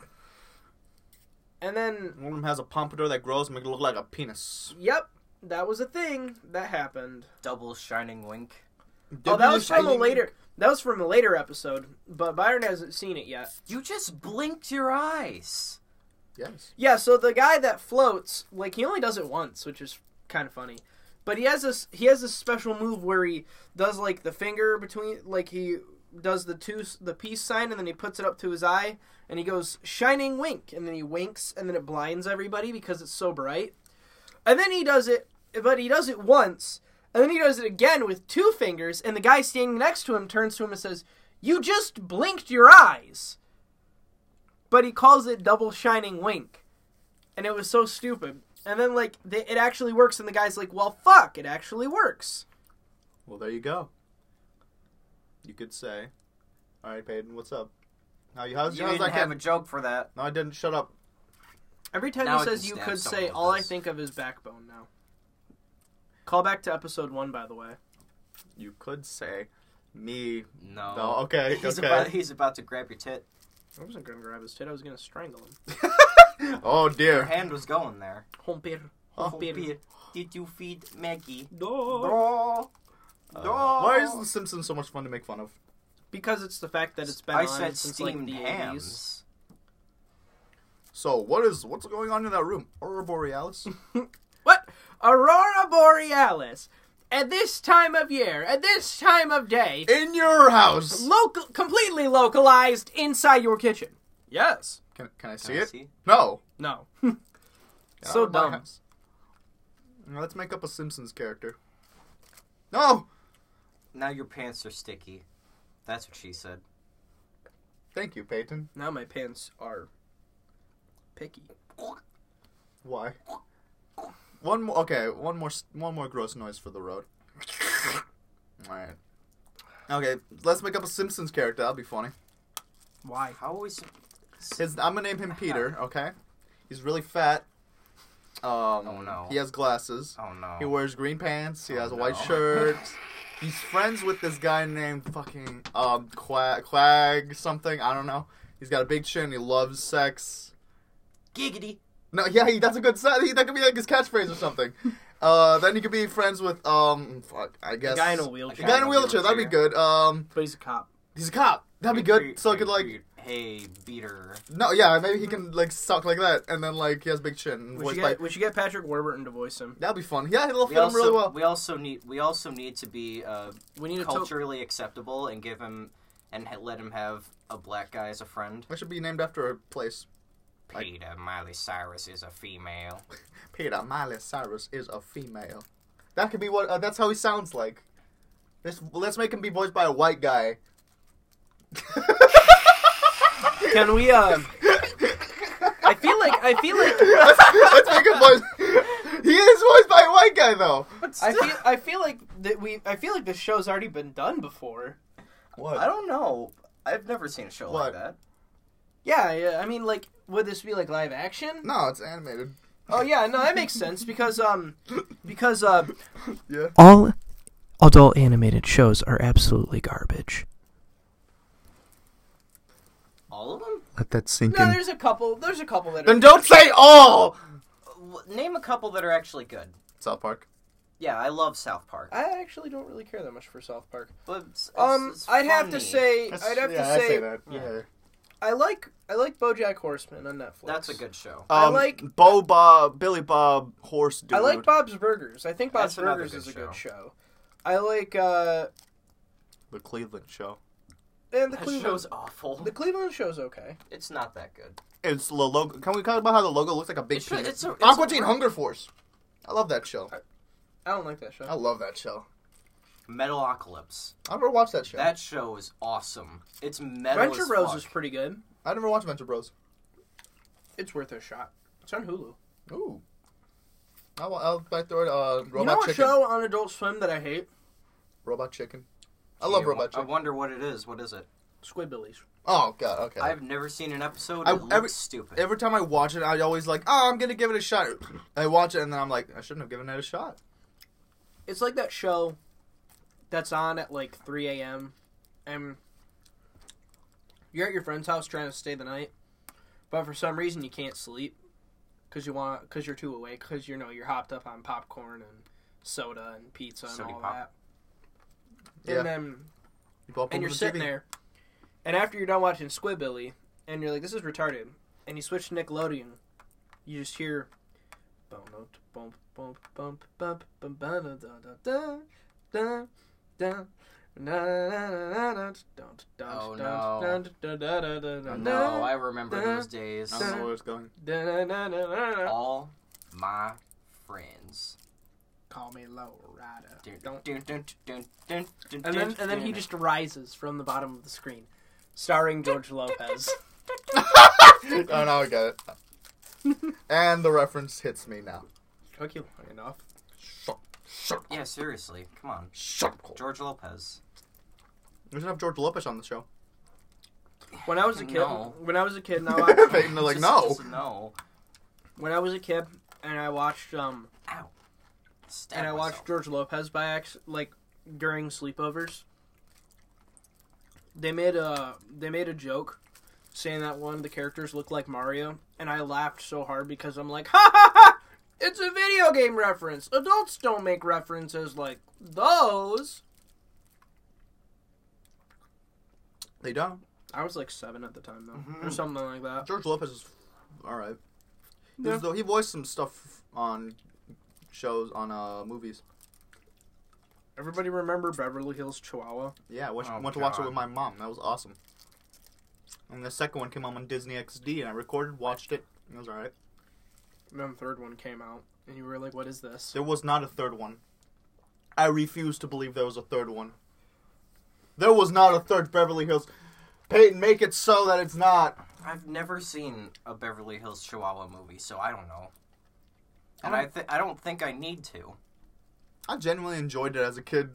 [SPEAKER 2] And then,
[SPEAKER 1] One of them has a pompadour that grows, make it look like a penis.
[SPEAKER 2] yep, that was a thing that happened.
[SPEAKER 3] Double shining wink.
[SPEAKER 2] oh, that was from a later. That was from a later episode, but Byron hasn't seen it yet.
[SPEAKER 3] You just blinked your eyes.
[SPEAKER 1] Yes.
[SPEAKER 2] Yeah, so the guy that floats, like he only does it once, which is kind of funny. But he has this he has this special move where he does like the finger between like he does the two the peace sign and then he puts it up to his eye and he goes shining wink and then he winks and then it blinds everybody because it's so bright. And then he does it but he does it once and then he does it again with two fingers and the guy standing next to him turns to him and says, "You just blinked your eyes." But he calls it double shining wink and it was so stupid. And then like they, it actually works, and the guy's like, "Well, fuck, it actually works."
[SPEAKER 1] Well, there you go. You could say, "All right, Peyton, what's up? How you? How's
[SPEAKER 3] You
[SPEAKER 1] how's
[SPEAKER 3] didn't
[SPEAKER 1] that
[SPEAKER 3] have
[SPEAKER 1] kid?
[SPEAKER 3] a joke for that.
[SPEAKER 1] no, I didn't. Shut up.
[SPEAKER 2] Every time
[SPEAKER 3] Now I
[SPEAKER 2] he
[SPEAKER 3] can
[SPEAKER 2] says "you
[SPEAKER 3] stab
[SPEAKER 2] could
[SPEAKER 3] someone
[SPEAKER 2] say,"
[SPEAKER 3] with
[SPEAKER 2] all I
[SPEAKER 3] this.
[SPEAKER 2] think of is backbone now. Call back to episode one, by the way.
[SPEAKER 1] You could say, me.
[SPEAKER 3] No.
[SPEAKER 1] No. Oh, Okay.
[SPEAKER 3] He's
[SPEAKER 1] okay.
[SPEAKER 3] about he's about to grab your tit.
[SPEAKER 2] I wasn't gonna grab his tit; I was gonna strangle him.
[SPEAKER 1] oh
[SPEAKER 3] Your
[SPEAKER 1] dear.
[SPEAKER 3] hand was going there.
[SPEAKER 2] Homper,
[SPEAKER 1] Oh,
[SPEAKER 2] homper,
[SPEAKER 3] Pete, Did you feed Maggie?
[SPEAKER 2] no.
[SPEAKER 3] No. No.
[SPEAKER 1] Oh. Uh, Why is The Simpsons so much fun to make fun of?
[SPEAKER 2] Because it's the fact that it's been
[SPEAKER 3] I
[SPEAKER 2] on
[SPEAKER 3] said
[SPEAKER 2] since like
[SPEAKER 3] steamed
[SPEAKER 2] the eighties.
[SPEAKER 3] hams.
[SPEAKER 1] So what is what's going on in that room? Aurora Borealis.
[SPEAKER 2] What? Aurora Borealis. At this time of year, at this time of day,
[SPEAKER 1] in your house.
[SPEAKER 2] local, completely localized inside your kitchen. Yes.
[SPEAKER 1] Can, can I see
[SPEAKER 3] Can I
[SPEAKER 1] it?
[SPEAKER 3] see?
[SPEAKER 1] No.
[SPEAKER 2] No.
[SPEAKER 1] Get out
[SPEAKER 2] so
[SPEAKER 1] of my
[SPEAKER 2] dumb.
[SPEAKER 1] house. Now let's make up a Simpsons character. No.
[SPEAKER 3] Now your pants are sticky. That's what she said.
[SPEAKER 1] Thank you, Peyton.
[SPEAKER 2] Now my pants are picky.
[SPEAKER 1] Why? One more. Okay, one more. s- One more gross noise for the road. All right. Okay, let's make up a Simpsons character. That'll be funny.
[SPEAKER 2] Why?
[SPEAKER 3] How always
[SPEAKER 1] His, I'm gonna name him Peter. Okay, he's really fat. Um,
[SPEAKER 3] Oh, no.
[SPEAKER 1] He has glasses.
[SPEAKER 3] Oh no.
[SPEAKER 1] He wears green pants. He has a
[SPEAKER 3] Oh,
[SPEAKER 1] white
[SPEAKER 3] no.
[SPEAKER 1] shirt. He's friends with this guy named fucking um Quag, Quag something. I don't know. He's got a big chin. He loves sex.
[SPEAKER 3] Giggity.
[SPEAKER 1] No, yeah, he, that's a good set. He, that could be like his catchphrase or something. Uh, then he could be friends with um, fuck, I guess.
[SPEAKER 2] The guy in a wheelchair.
[SPEAKER 1] The guy in a wheelchair. That'd be good. Um,
[SPEAKER 2] But he's a cop.
[SPEAKER 1] he's a cop. That'd be good. So I could like,
[SPEAKER 3] Hey, beater.
[SPEAKER 1] no, yeah, maybe he can like suck like that, and then like he has a big chin. And
[SPEAKER 2] We should,
[SPEAKER 1] voiced
[SPEAKER 2] get,
[SPEAKER 1] by-
[SPEAKER 2] we should get Patrick Warburton to voice him.
[SPEAKER 1] that'd be fun. Yeah, he'll
[SPEAKER 3] We
[SPEAKER 1] fit him
[SPEAKER 3] also,
[SPEAKER 1] really well.
[SPEAKER 3] we also need we also need to be uh,
[SPEAKER 2] We need a to-
[SPEAKER 3] culturally acceptable and give him and ha- let him have a black guy as a friend.
[SPEAKER 1] That should be named after a place. Like-
[SPEAKER 3] Peter Miley Cyrus is a female.
[SPEAKER 1] Peter Miley Cyrus is a female. That could be what. Uh, that's how he sounds like. Let's let's make him be voiced by a white guy.
[SPEAKER 2] Can we? Um, I feel like I feel like
[SPEAKER 1] let's, let's make him voice. He is voiced by a white guy though.
[SPEAKER 2] I feel I feel like that we I feel like this show's already been done before.
[SPEAKER 1] What?
[SPEAKER 3] I don't know. I've never seen a show
[SPEAKER 1] What?
[SPEAKER 3] like that.
[SPEAKER 2] Yeah, yeah. I mean, like, would this be like live action?
[SPEAKER 1] No, it's animated.
[SPEAKER 2] Oh yeah, no, that makes sense because um, because uh,
[SPEAKER 1] Yeah.
[SPEAKER 2] all adult animated shows are absolutely garbage.
[SPEAKER 3] All of them?
[SPEAKER 1] Let that sink
[SPEAKER 2] No, there's a couple. There's a couple that are.
[SPEAKER 1] Then don't say all.
[SPEAKER 3] W- Name a couple that are actually good.
[SPEAKER 1] South Park.
[SPEAKER 3] Yeah, I love South Park.
[SPEAKER 2] I actually don't really care that much for South Park.
[SPEAKER 3] But it's- it's-
[SPEAKER 2] Um,
[SPEAKER 3] it's
[SPEAKER 2] I'd have to
[SPEAKER 3] funny.
[SPEAKER 2] say,
[SPEAKER 1] That's-
[SPEAKER 2] I'd have
[SPEAKER 1] yeah,
[SPEAKER 2] to
[SPEAKER 1] I
[SPEAKER 2] say,
[SPEAKER 1] that. Yeah.
[SPEAKER 2] I like, I like BoJack Horseman on Netflix.
[SPEAKER 3] that's a good show.
[SPEAKER 1] Um,
[SPEAKER 2] I like-
[SPEAKER 1] Bo Bob, Billy Bob, Horse Dude.
[SPEAKER 2] I like Bob's Burgers. I think Bob's
[SPEAKER 3] That's another
[SPEAKER 2] Burgers
[SPEAKER 3] good
[SPEAKER 2] is a
[SPEAKER 3] show.
[SPEAKER 2] good show. I like uh,
[SPEAKER 1] the Cleveland Show.
[SPEAKER 2] and the
[SPEAKER 3] That
[SPEAKER 2] Cleveland
[SPEAKER 3] show's awful.
[SPEAKER 2] the Cleveland show's okay.
[SPEAKER 3] It's not that good.
[SPEAKER 1] It's the logo. Can we talk about how the logo looks like a big
[SPEAKER 3] It's a-
[SPEAKER 1] penis?
[SPEAKER 3] it's a- it's
[SPEAKER 1] Aqua
[SPEAKER 3] a-
[SPEAKER 1] Teen Hunger Force. I love that show.
[SPEAKER 2] I don't like that show.
[SPEAKER 1] I love that show.
[SPEAKER 3] Metalocalypse.
[SPEAKER 1] I never watched that show.
[SPEAKER 3] That show is awesome. It's metal.
[SPEAKER 2] Venture
[SPEAKER 3] as
[SPEAKER 2] Rose
[SPEAKER 3] fuck.
[SPEAKER 2] is pretty good.
[SPEAKER 1] I never watched Venture Bros.
[SPEAKER 2] It's worth a shot. It's on Hulu.
[SPEAKER 1] Ooh. I'll, I'll, i throw it. Uh, Robot
[SPEAKER 2] you know what
[SPEAKER 1] Chicken.
[SPEAKER 2] show on Adult Swim that I hate?
[SPEAKER 1] Robot Chicken. I love
[SPEAKER 3] Yeah,
[SPEAKER 1] Robot
[SPEAKER 3] I
[SPEAKER 1] Chicken.
[SPEAKER 3] wonder what it is. What is it?
[SPEAKER 2] Squidbillies.
[SPEAKER 1] Oh god. Okay.
[SPEAKER 3] I've never seen an episode. It
[SPEAKER 1] I-
[SPEAKER 3] looks
[SPEAKER 1] every-
[SPEAKER 3] stupid.
[SPEAKER 1] Every time I watch it, I always like, oh, I'm gonna give it a shot. I watch it and then I'm like, I shouldn't have given it a shot.
[SPEAKER 2] It's like that show that's on at like 3 a.m. and you're at your friend's house trying to stay the night, but for some reason you can't sleep because you want because you're too awake because you know you're hopped up on popcorn and soda and pizza and
[SPEAKER 3] Sody
[SPEAKER 2] all
[SPEAKER 3] pop.
[SPEAKER 2] that.
[SPEAKER 1] Yeah.
[SPEAKER 2] And then
[SPEAKER 1] You go up
[SPEAKER 2] and
[SPEAKER 1] over
[SPEAKER 2] you're
[SPEAKER 1] the
[SPEAKER 2] sitting
[SPEAKER 1] TV.
[SPEAKER 2] there, and after you're done watching Squidbilly, and you're like, "This is retarded," and you switch to Nickelodeon, you just hear, bump bump bump bump bump bump da da da da da.
[SPEAKER 3] Oh, no, I remember those days.
[SPEAKER 1] I don't know where it's going.
[SPEAKER 3] All my friends.
[SPEAKER 2] Call me Lowrider.
[SPEAKER 3] Dun,
[SPEAKER 2] Don't.
[SPEAKER 3] dun, dun, dun, dun, dun,
[SPEAKER 2] And then,
[SPEAKER 3] dun,
[SPEAKER 2] and then he
[SPEAKER 3] dun.
[SPEAKER 2] just rises from the bottom of the screen, starring George Lopez.
[SPEAKER 1] oh no, I get it. and the reference hits me now.
[SPEAKER 2] Took you long enough.
[SPEAKER 1] Shark, shark,
[SPEAKER 3] Yeah, seriously. Come on.
[SPEAKER 1] shark.
[SPEAKER 3] George Lopez.
[SPEAKER 1] We should have George Lopez on the show.
[SPEAKER 2] When I was a kid,
[SPEAKER 3] No.
[SPEAKER 2] when I was a kid, and I watched,
[SPEAKER 1] Peyton, they're like,
[SPEAKER 3] Just-
[SPEAKER 1] no.
[SPEAKER 3] just no.
[SPEAKER 2] when I was a kid, and I watched um,
[SPEAKER 3] Ow. Stab
[SPEAKER 2] and I watched
[SPEAKER 3] myself.
[SPEAKER 2] George Lopez by accident, like during sleepovers. They made a they made a joke, saying that one of the characters looked like Mario, and I laughed so hard because I'm like, ha ha ha! It's a video game reference. Adults don't make references like those.
[SPEAKER 1] They don't.
[SPEAKER 2] I was like seven at the time though, or something like that.
[SPEAKER 1] George Lopez is all right.
[SPEAKER 2] Yeah.
[SPEAKER 1] Though he voiced some stuff on shows on uh movies.
[SPEAKER 2] Everybody remember Beverly Hills Chihuahua?
[SPEAKER 1] Yeah, I watched,
[SPEAKER 3] Oh,
[SPEAKER 1] went to watch it
[SPEAKER 3] God.
[SPEAKER 1] with my mom. That was awesome. And the second one came out on Disney XD, and I recorded, watched it. and It was alright.
[SPEAKER 2] And then the third one came out, and you were like, "What is this?"
[SPEAKER 1] There was not a third one. I refuse to believe there was a third one. There was not a third Beverly Hills. Peyton, make it so that it's not.
[SPEAKER 3] I've never seen a Beverly Hills Chihuahua movie, so I don't know. And I th- I don't think I need to.
[SPEAKER 1] I genuinely enjoyed it as a kid,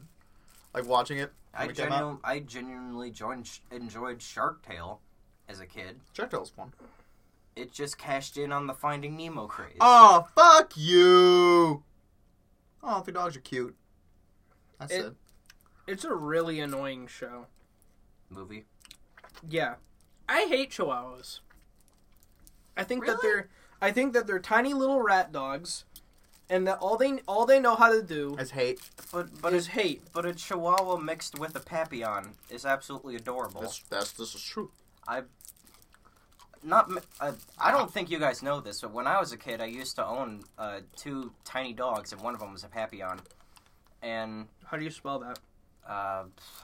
[SPEAKER 1] like watching it.
[SPEAKER 3] I
[SPEAKER 1] when it came out.
[SPEAKER 3] genu- I genuinely joined sh- enjoyed Shark Tale as a kid.
[SPEAKER 1] Shark Tale's fun.
[SPEAKER 3] It just cashed in on the Finding Nemo craze.
[SPEAKER 1] Oh, fuck you! Oh, the dogs are cute. That's
[SPEAKER 2] It-
[SPEAKER 1] it.
[SPEAKER 2] It's a really annoying show.
[SPEAKER 3] movie.
[SPEAKER 2] Yeah, I hate Chihuahuas. I think that
[SPEAKER 3] Really?
[SPEAKER 2] they're I think that they're tiny little rat dogs, and that all they all they know how to do
[SPEAKER 1] That's hate.
[SPEAKER 3] But but
[SPEAKER 2] is
[SPEAKER 3] a,
[SPEAKER 2] hate.
[SPEAKER 3] but a Chihuahua mixed with a Papillon is absolutely adorable.
[SPEAKER 1] That's, that's this is true.
[SPEAKER 3] Not m- uh, I don't think you guys know this, but when I was a kid, I used to own uh, two tiny dogs, and one of them was a Papillon, and
[SPEAKER 2] How do you spell that?
[SPEAKER 3] uh,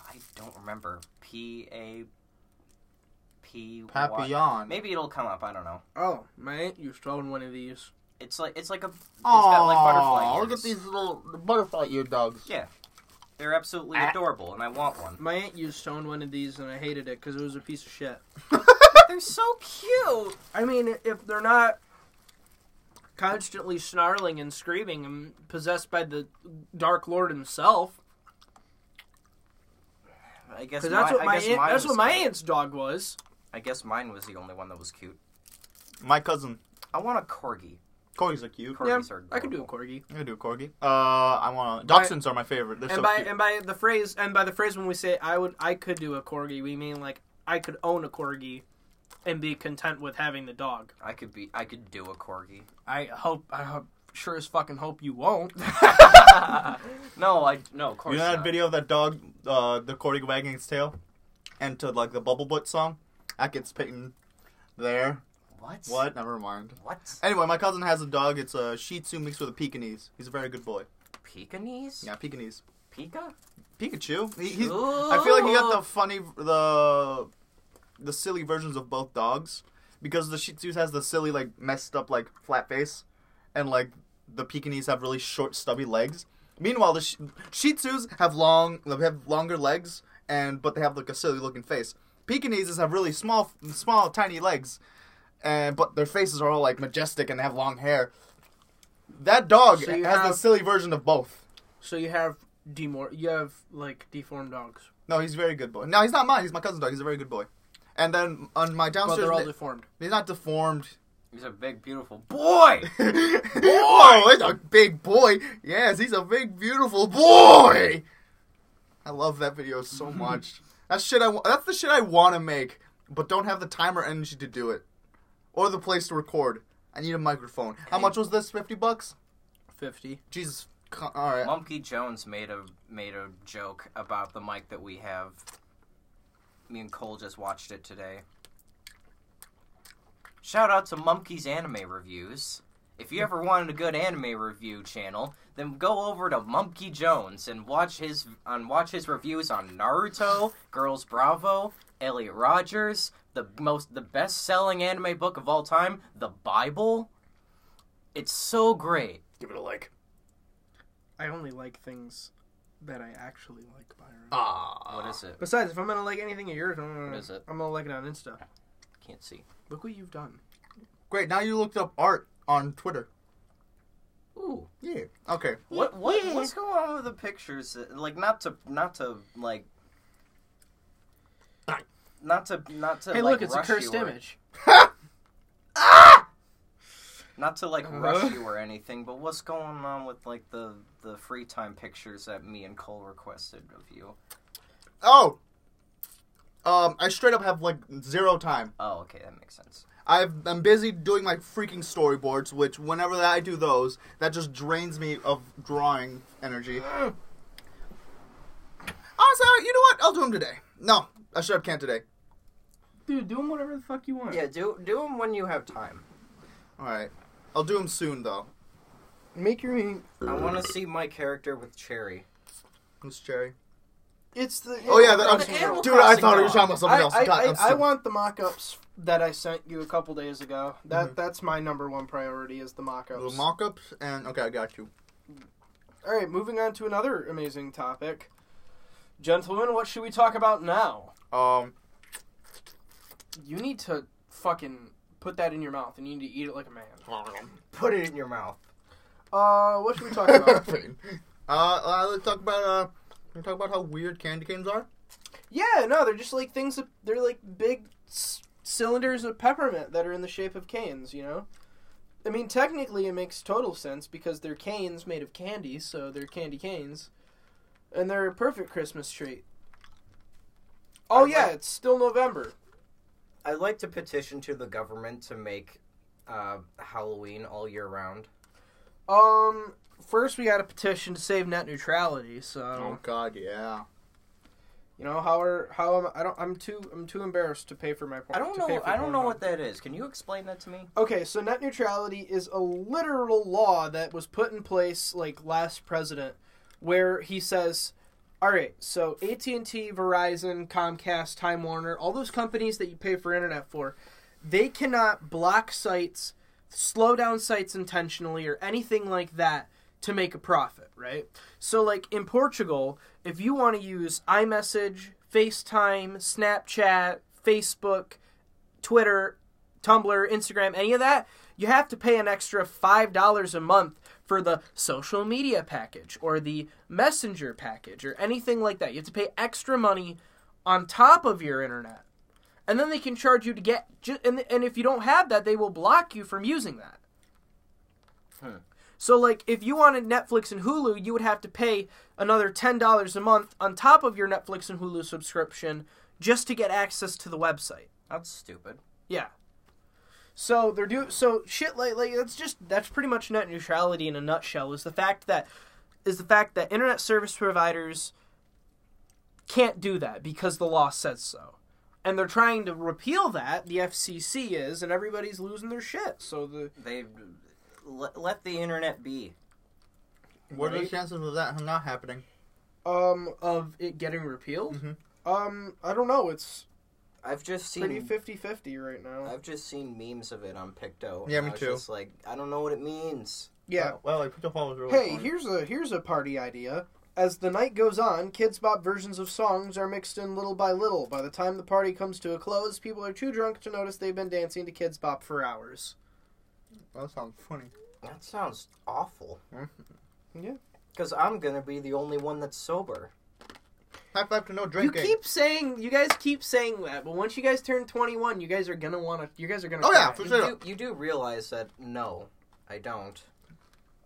[SPEAKER 3] I don't remember P A P Y-
[SPEAKER 1] Papillon.
[SPEAKER 3] Maybe it'll come up. I don't know.
[SPEAKER 2] Oh, my aunt used to own one of these.
[SPEAKER 3] It's like it's like a. It's got like butterfly
[SPEAKER 1] Oh,
[SPEAKER 3] ears.
[SPEAKER 1] look at these little butterfly ear dogs.
[SPEAKER 3] Yeah, they're absolutely
[SPEAKER 1] Ah.
[SPEAKER 3] adorable, and I want one.
[SPEAKER 2] My aunt used to own one of these, and I hated it because it was a piece of shit.
[SPEAKER 3] They're so cute.
[SPEAKER 2] I mean, if they're not constantly snarling and screaming and possessed by the Dark Lord himself,
[SPEAKER 3] I guess
[SPEAKER 2] because that's
[SPEAKER 3] mi-
[SPEAKER 2] what
[SPEAKER 3] I
[SPEAKER 2] my
[SPEAKER 3] guess
[SPEAKER 2] aunt,
[SPEAKER 3] mine
[SPEAKER 2] that's
[SPEAKER 3] was
[SPEAKER 2] what my
[SPEAKER 3] cute.
[SPEAKER 2] aunt's dog was.
[SPEAKER 3] I guess mine was the only one that was cute.
[SPEAKER 1] My cousin
[SPEAKER 3] I want a corgi.
[SPEAKER 1] corgis are cute.
[SPEAKER 3] Corgis
[SPEAKER 2] Yeah,
[SPEAKER 3] are
[SPEAKER 2] I could do a
[SPEAKER 3] adorable.
[SPEAKER 2] corgi.
[SPEAKER 1] I do a corgi. Uh, I want to. Dachshunds are my favorite. They're
[SPEAKER 2] and
[SPEAKER 1] so
[SPEAKER 2] by
[SPEAKER 1] cute.
[SPEAKER 2] and by the phrase and by the phrase when we say I would I could do a corgi, we mean like I could own a corgi and be content with having the dog.
[SPEAKER 3] I could be. I could do a corgi.
[SPEAKER 2] I hope I hope, sure as fucking hope you won't.
[SPEAKER 3] no, I no. Of course
[SPEAKER 1] You know that
[SPEAKER 3] not.
[SPEAKER 1] video of that dog, uh, the corgi wagging its tail, and to like the Bubble Butt song? That gets pitten there.
[SPEAKER 3] What?
[SPEAKER 1] What? Never mind.
[SPEAKER 3] What?
[SPEAKER 1] Anyway, my cousin has a dog. It's a Shih Tzu mixed with a Pekingese. He's a very good boy.
[SPEAKER 3] Pekingese?
[SPEAKER 1] Yeah, Pekingese.
[SPEAKER 3] Pika?
[SPEAKER 1] Pikachu. He, he's, I feel like he got the funny, the the silly versions of both dogs because the Shih Tzu has the silly, like messed up, like flat face, and like the Pekingese have really short, stubby legs. Meanwhile, the Sh- Shih Tzus have long, they have longer legs, and but they have like a silly looking face. Pekingeses have really small, small, tiny legs, and but their faces are all like majestic and they have long hair. That dog
[SPEAKER 2] So
[SPEAKER 1] has
[SPEAKER 2] you
[SPEAKER 1] the
[SPEAKER 2] have-
[SPEAKER 1] silly version of both.
[SPEAKER 2] So you have demor you have like deformed dogs.
[SPEAKER 1] No, he's a very good boy. No, he's not mine. He's my cousin's dog. He's a very good boy. And then on my
[SPEAKER 2] But
[SPEAKER 1] downstairs,
[SPEAKER 2] they're all
[SPEAKER 1] na-
[SPEAKER 2] deformed.
[SPEAKER 1] he's not deformed.
[SPEAKER 3] He's a big, beautiful boy!
[SPEAKER 1] boy, Oh, he's a big boy. Yes, he's a big, beautiful boy. I love that video so much. that's shit. I wa- that's the shit I want to make, but don't have the time or energy to do it, or the place to record. I need a microphone. How much was this? Fifty bucks.
[SPEAKER 2] Fifty.
[SPEAKER 1] Jesus. co- All right.
[SPEAKER 3] Lumpy Jones made a made a joke about the mic that we have. Me and Cole just watched it today. Shout out to Mumpkey's Anime Reviews. If you ever wanted a good anime review channel, then go over to Mumpkey Jones and watch his on watch his reviews on Naruto, Girls Bravo, Elliot Rogers, the most the best selling anime book of all time, the Bible. It's so great.
[SPEAKER 1] Give it a like.
[SPEAKER 2] I only like things that I actually like Byron.
[SPEAKER 1] Ah.
[SPEAKER 3] What is it?
[SPEAKER 2] Besides, if I'm gonna like anything of yours, I'm gonna,
[SPEAKER 3] What is it?
[SPEAKER 2] I'm gonna like it on Insta.
[SPEAKER 3] Can't see.
[SPEAKER 2] Look what you've done.
[SPEAKER 1] Great. Now you looked up art on Twitter.
[SPEAKER 3] Ooh.
[SPEAKER 1] Yeah. Okay.
[SPEAKER 3] What what
[SPEAKER 1] Yeah.
[SPEAKER 3] what's going on with the pictures? Like not to not to like not to not to
[SPEAKER 2] Hey,
[SPEAKER 3] like,
[SPEAKER 2] look, it's a
[SPEAKER 3] rush
[SPEAKER 2] cursed
[SPEAKER 3] you or-
[SPEAKER 2] image.
[SPEAKER 3] Not to like
[SPEAKER 2] Uh-huh.
[SPEAKER 3] rush you or anything, but what's going on with like the the free time pictures that me and Cole requested of you?
[SPEAKER 1] Oh. Um, I straight up have like zero time.
[SPEAKER 3] Oh, okay, that makes sense.
[SPEAKER 1] I've, I'm busy doing my freaking storyboards, which whenever that I do those, that just drains me of drawing energy. Honestly, I- you know what? I'll do them today. No, I straight up can't today.
[SPEAKER 2] Dude, do them whatever the fuck you want.
[SPEAKER 3] Yeah, do do them when you have time.
[SPEAKER 1] All right, I'll do them soon though.
[SPEAKER 2] Make your mean.
[SPEAKER 3] I want to see my character with Cherry.
[SPEAKER 1] Who's Cherry?
[SPEAKER 2] It's the.
[SPEAKER 1] Oh yeah, that,
[SPEAKER 3] the Animal
[SPEAKER 1] dude. I thought
[SPEAKER 3] Crossing
[SPEAKER 1] you were talking about something
[SPEAKER 2] I,
[SPEAKER 1] else.
[SPEAKER 2] I,
[SPEAKER 1] God,
[SPEAKER 2] I,
[SPEAKER 1] I'm
[SPEAKER 2] I
[SPEAKER 1] stupid.
[SPEAKER 2] want the mock-ups that I sent you a couple days ago. That
[SPEAKER 1] Mm-hmm.
[SPEAKER 2] that's my number one priority is the mock-ups.
[SPEAKER 1] little mock-ups and okay, I got you.
[SPEAKER 2] All right, moving on to another amazing topic. Gentlemen, what should we talk about now?
[SPEAKER 1] Um,
[SPEAKER 2] You need to fucking put that in your mouth and you need to eat it like a man.
[SPEAKER 3] Put it in your mouth.
[SPEAKER 2] Uh, what should we talk
[SPEAKER 1] uh,
[SPEAKER 2] about?
[SPEAKER 1] uh, let's talk about uh, let's talk about how weird candy canes are.
[SPEAKER 2] yeah, no, they're just like things that they're like big s- cylinders of peppermint that are in the shape of canes, you know? I mean, technically it makes total sense because they're canes made of candy, so they're candy canes. And they're a perfect Christmas treat. Oh
[SPEAKER 3] I
[SPEAKER 2] yeah,
[SPEAKER 3] like-
[SPEAKER 2] it's still November.
[SPEAKER 3] I'd like to petition to the government to make uh, Halloween all year round.
[SPEAKER 2] Um, first we got a petition to save net neutrality. So
[SPEAKER 1] Oh God, yeah.
[SPEAKER 2] you know how are how am I don't I'm too I'm too embarrassed to pay for my. por-
[SPEAKER 3] I don't
[SPEAKER 2] to pay
[SPEAKER 3] know.
[SPEAKER 2] for
[SPEAKER 3] I don't know
[SPEAKER 2] Pornhub.
[SPEAKER 3] what that is. Can you explain that to me?
[SPEAKER 2] Okay, so net neutrality is a literal law that was put in place like last president, where he says, "All right, so AT and T, Verizon, Comcast, Time Warner, all those companies that you pay for internet for, they cannot block sites slow down sites intentionally or anything like that to make a profit, right? So, like in Portugal, if you want to use iMessage, FaceTime, Snapchat, Facebook, Twitter, Tumblr, Instagram, any of that, you have to pay an extra $5 a month for the social media package or the messenger package or anything like that. You have to pay extra money on top of your internet. And then they can charge you to get, ju- and, and if you don't have that, they will block you from using that. So, like, if you wanted Netflix and Hulu, you would have to pay another $10 a month on top of your Netflix and Hulu subscription just to get access to the website.
[SPEAKER 3] That's stupid.
[SPEAKER 2] Yeah. So they're do so shit like like that's just that's pretty much net neutrality in a nutshell is the fact that is the fact that internet service providers can't do that because the law says so. And they're trying to repeal that, the FCC is, and everybody's losing their shit. So the
[SPEAKER 3] They let, let the internet be.
[SPEAKER 1] What are the
[SPEAKER 2] Right.
[SPEAKER 1] chances of that not happening?
[SPEAKER 2] um of it getting repealed?
[SPEAKER 1] Mhm.
[SPEAKER 2] Um I don't know, it's
[SPEAKER 3] I've just
[SPEAKER 2] pretty
[SPEAKER 3] seen
[SPEAKER 2] 50-50 right now.
[SPEAKER 3] I've just seen memes of it on Picto.
[SPEAKER 1] Yeah,
[SPEAKER 3] and
[SPEAKER 1] me
[SPEAKER 3] I was
[SPEAKER 1] too.
[SPEAKER 3] Just like I don't know what it means.
[SPEAKER 2] yeah.
[SPEAKER 1] Well, like put the phone was really.
[SPEAKER 2] Hey,
[SPEAKER 1] funny.
[SPEAKER 2] here's a here's a party idea. As the night goes on, kids bop versions of songs are mixed in little by little. By the time the party comes to a close, people are too drunk to notice they've been dancing to kids bop for hours.
[SPEAKER 1] That sounds funny.
[SPEAKER 3] That sounds awful.
[SPEAKER 1] Mm-hmm.
[SPEAKER 2] Yeah.
[SPEAKER 3] Because I'm gonna be the only one that's sober.
[SPEAKER 1] High five to no drinking.
[SPEAKER 2] You keep saying you guys keep saying that, but once you guys turn 21, you guys are going to want to you guys are going to
[SPEAKER 1] Oh, yeah, for
[SPEAKER 2] You're
[SPEAKER 1] sure.
[SPEAKER 2] going
[SPEAKER 3] You do, you do realize that no, I don't.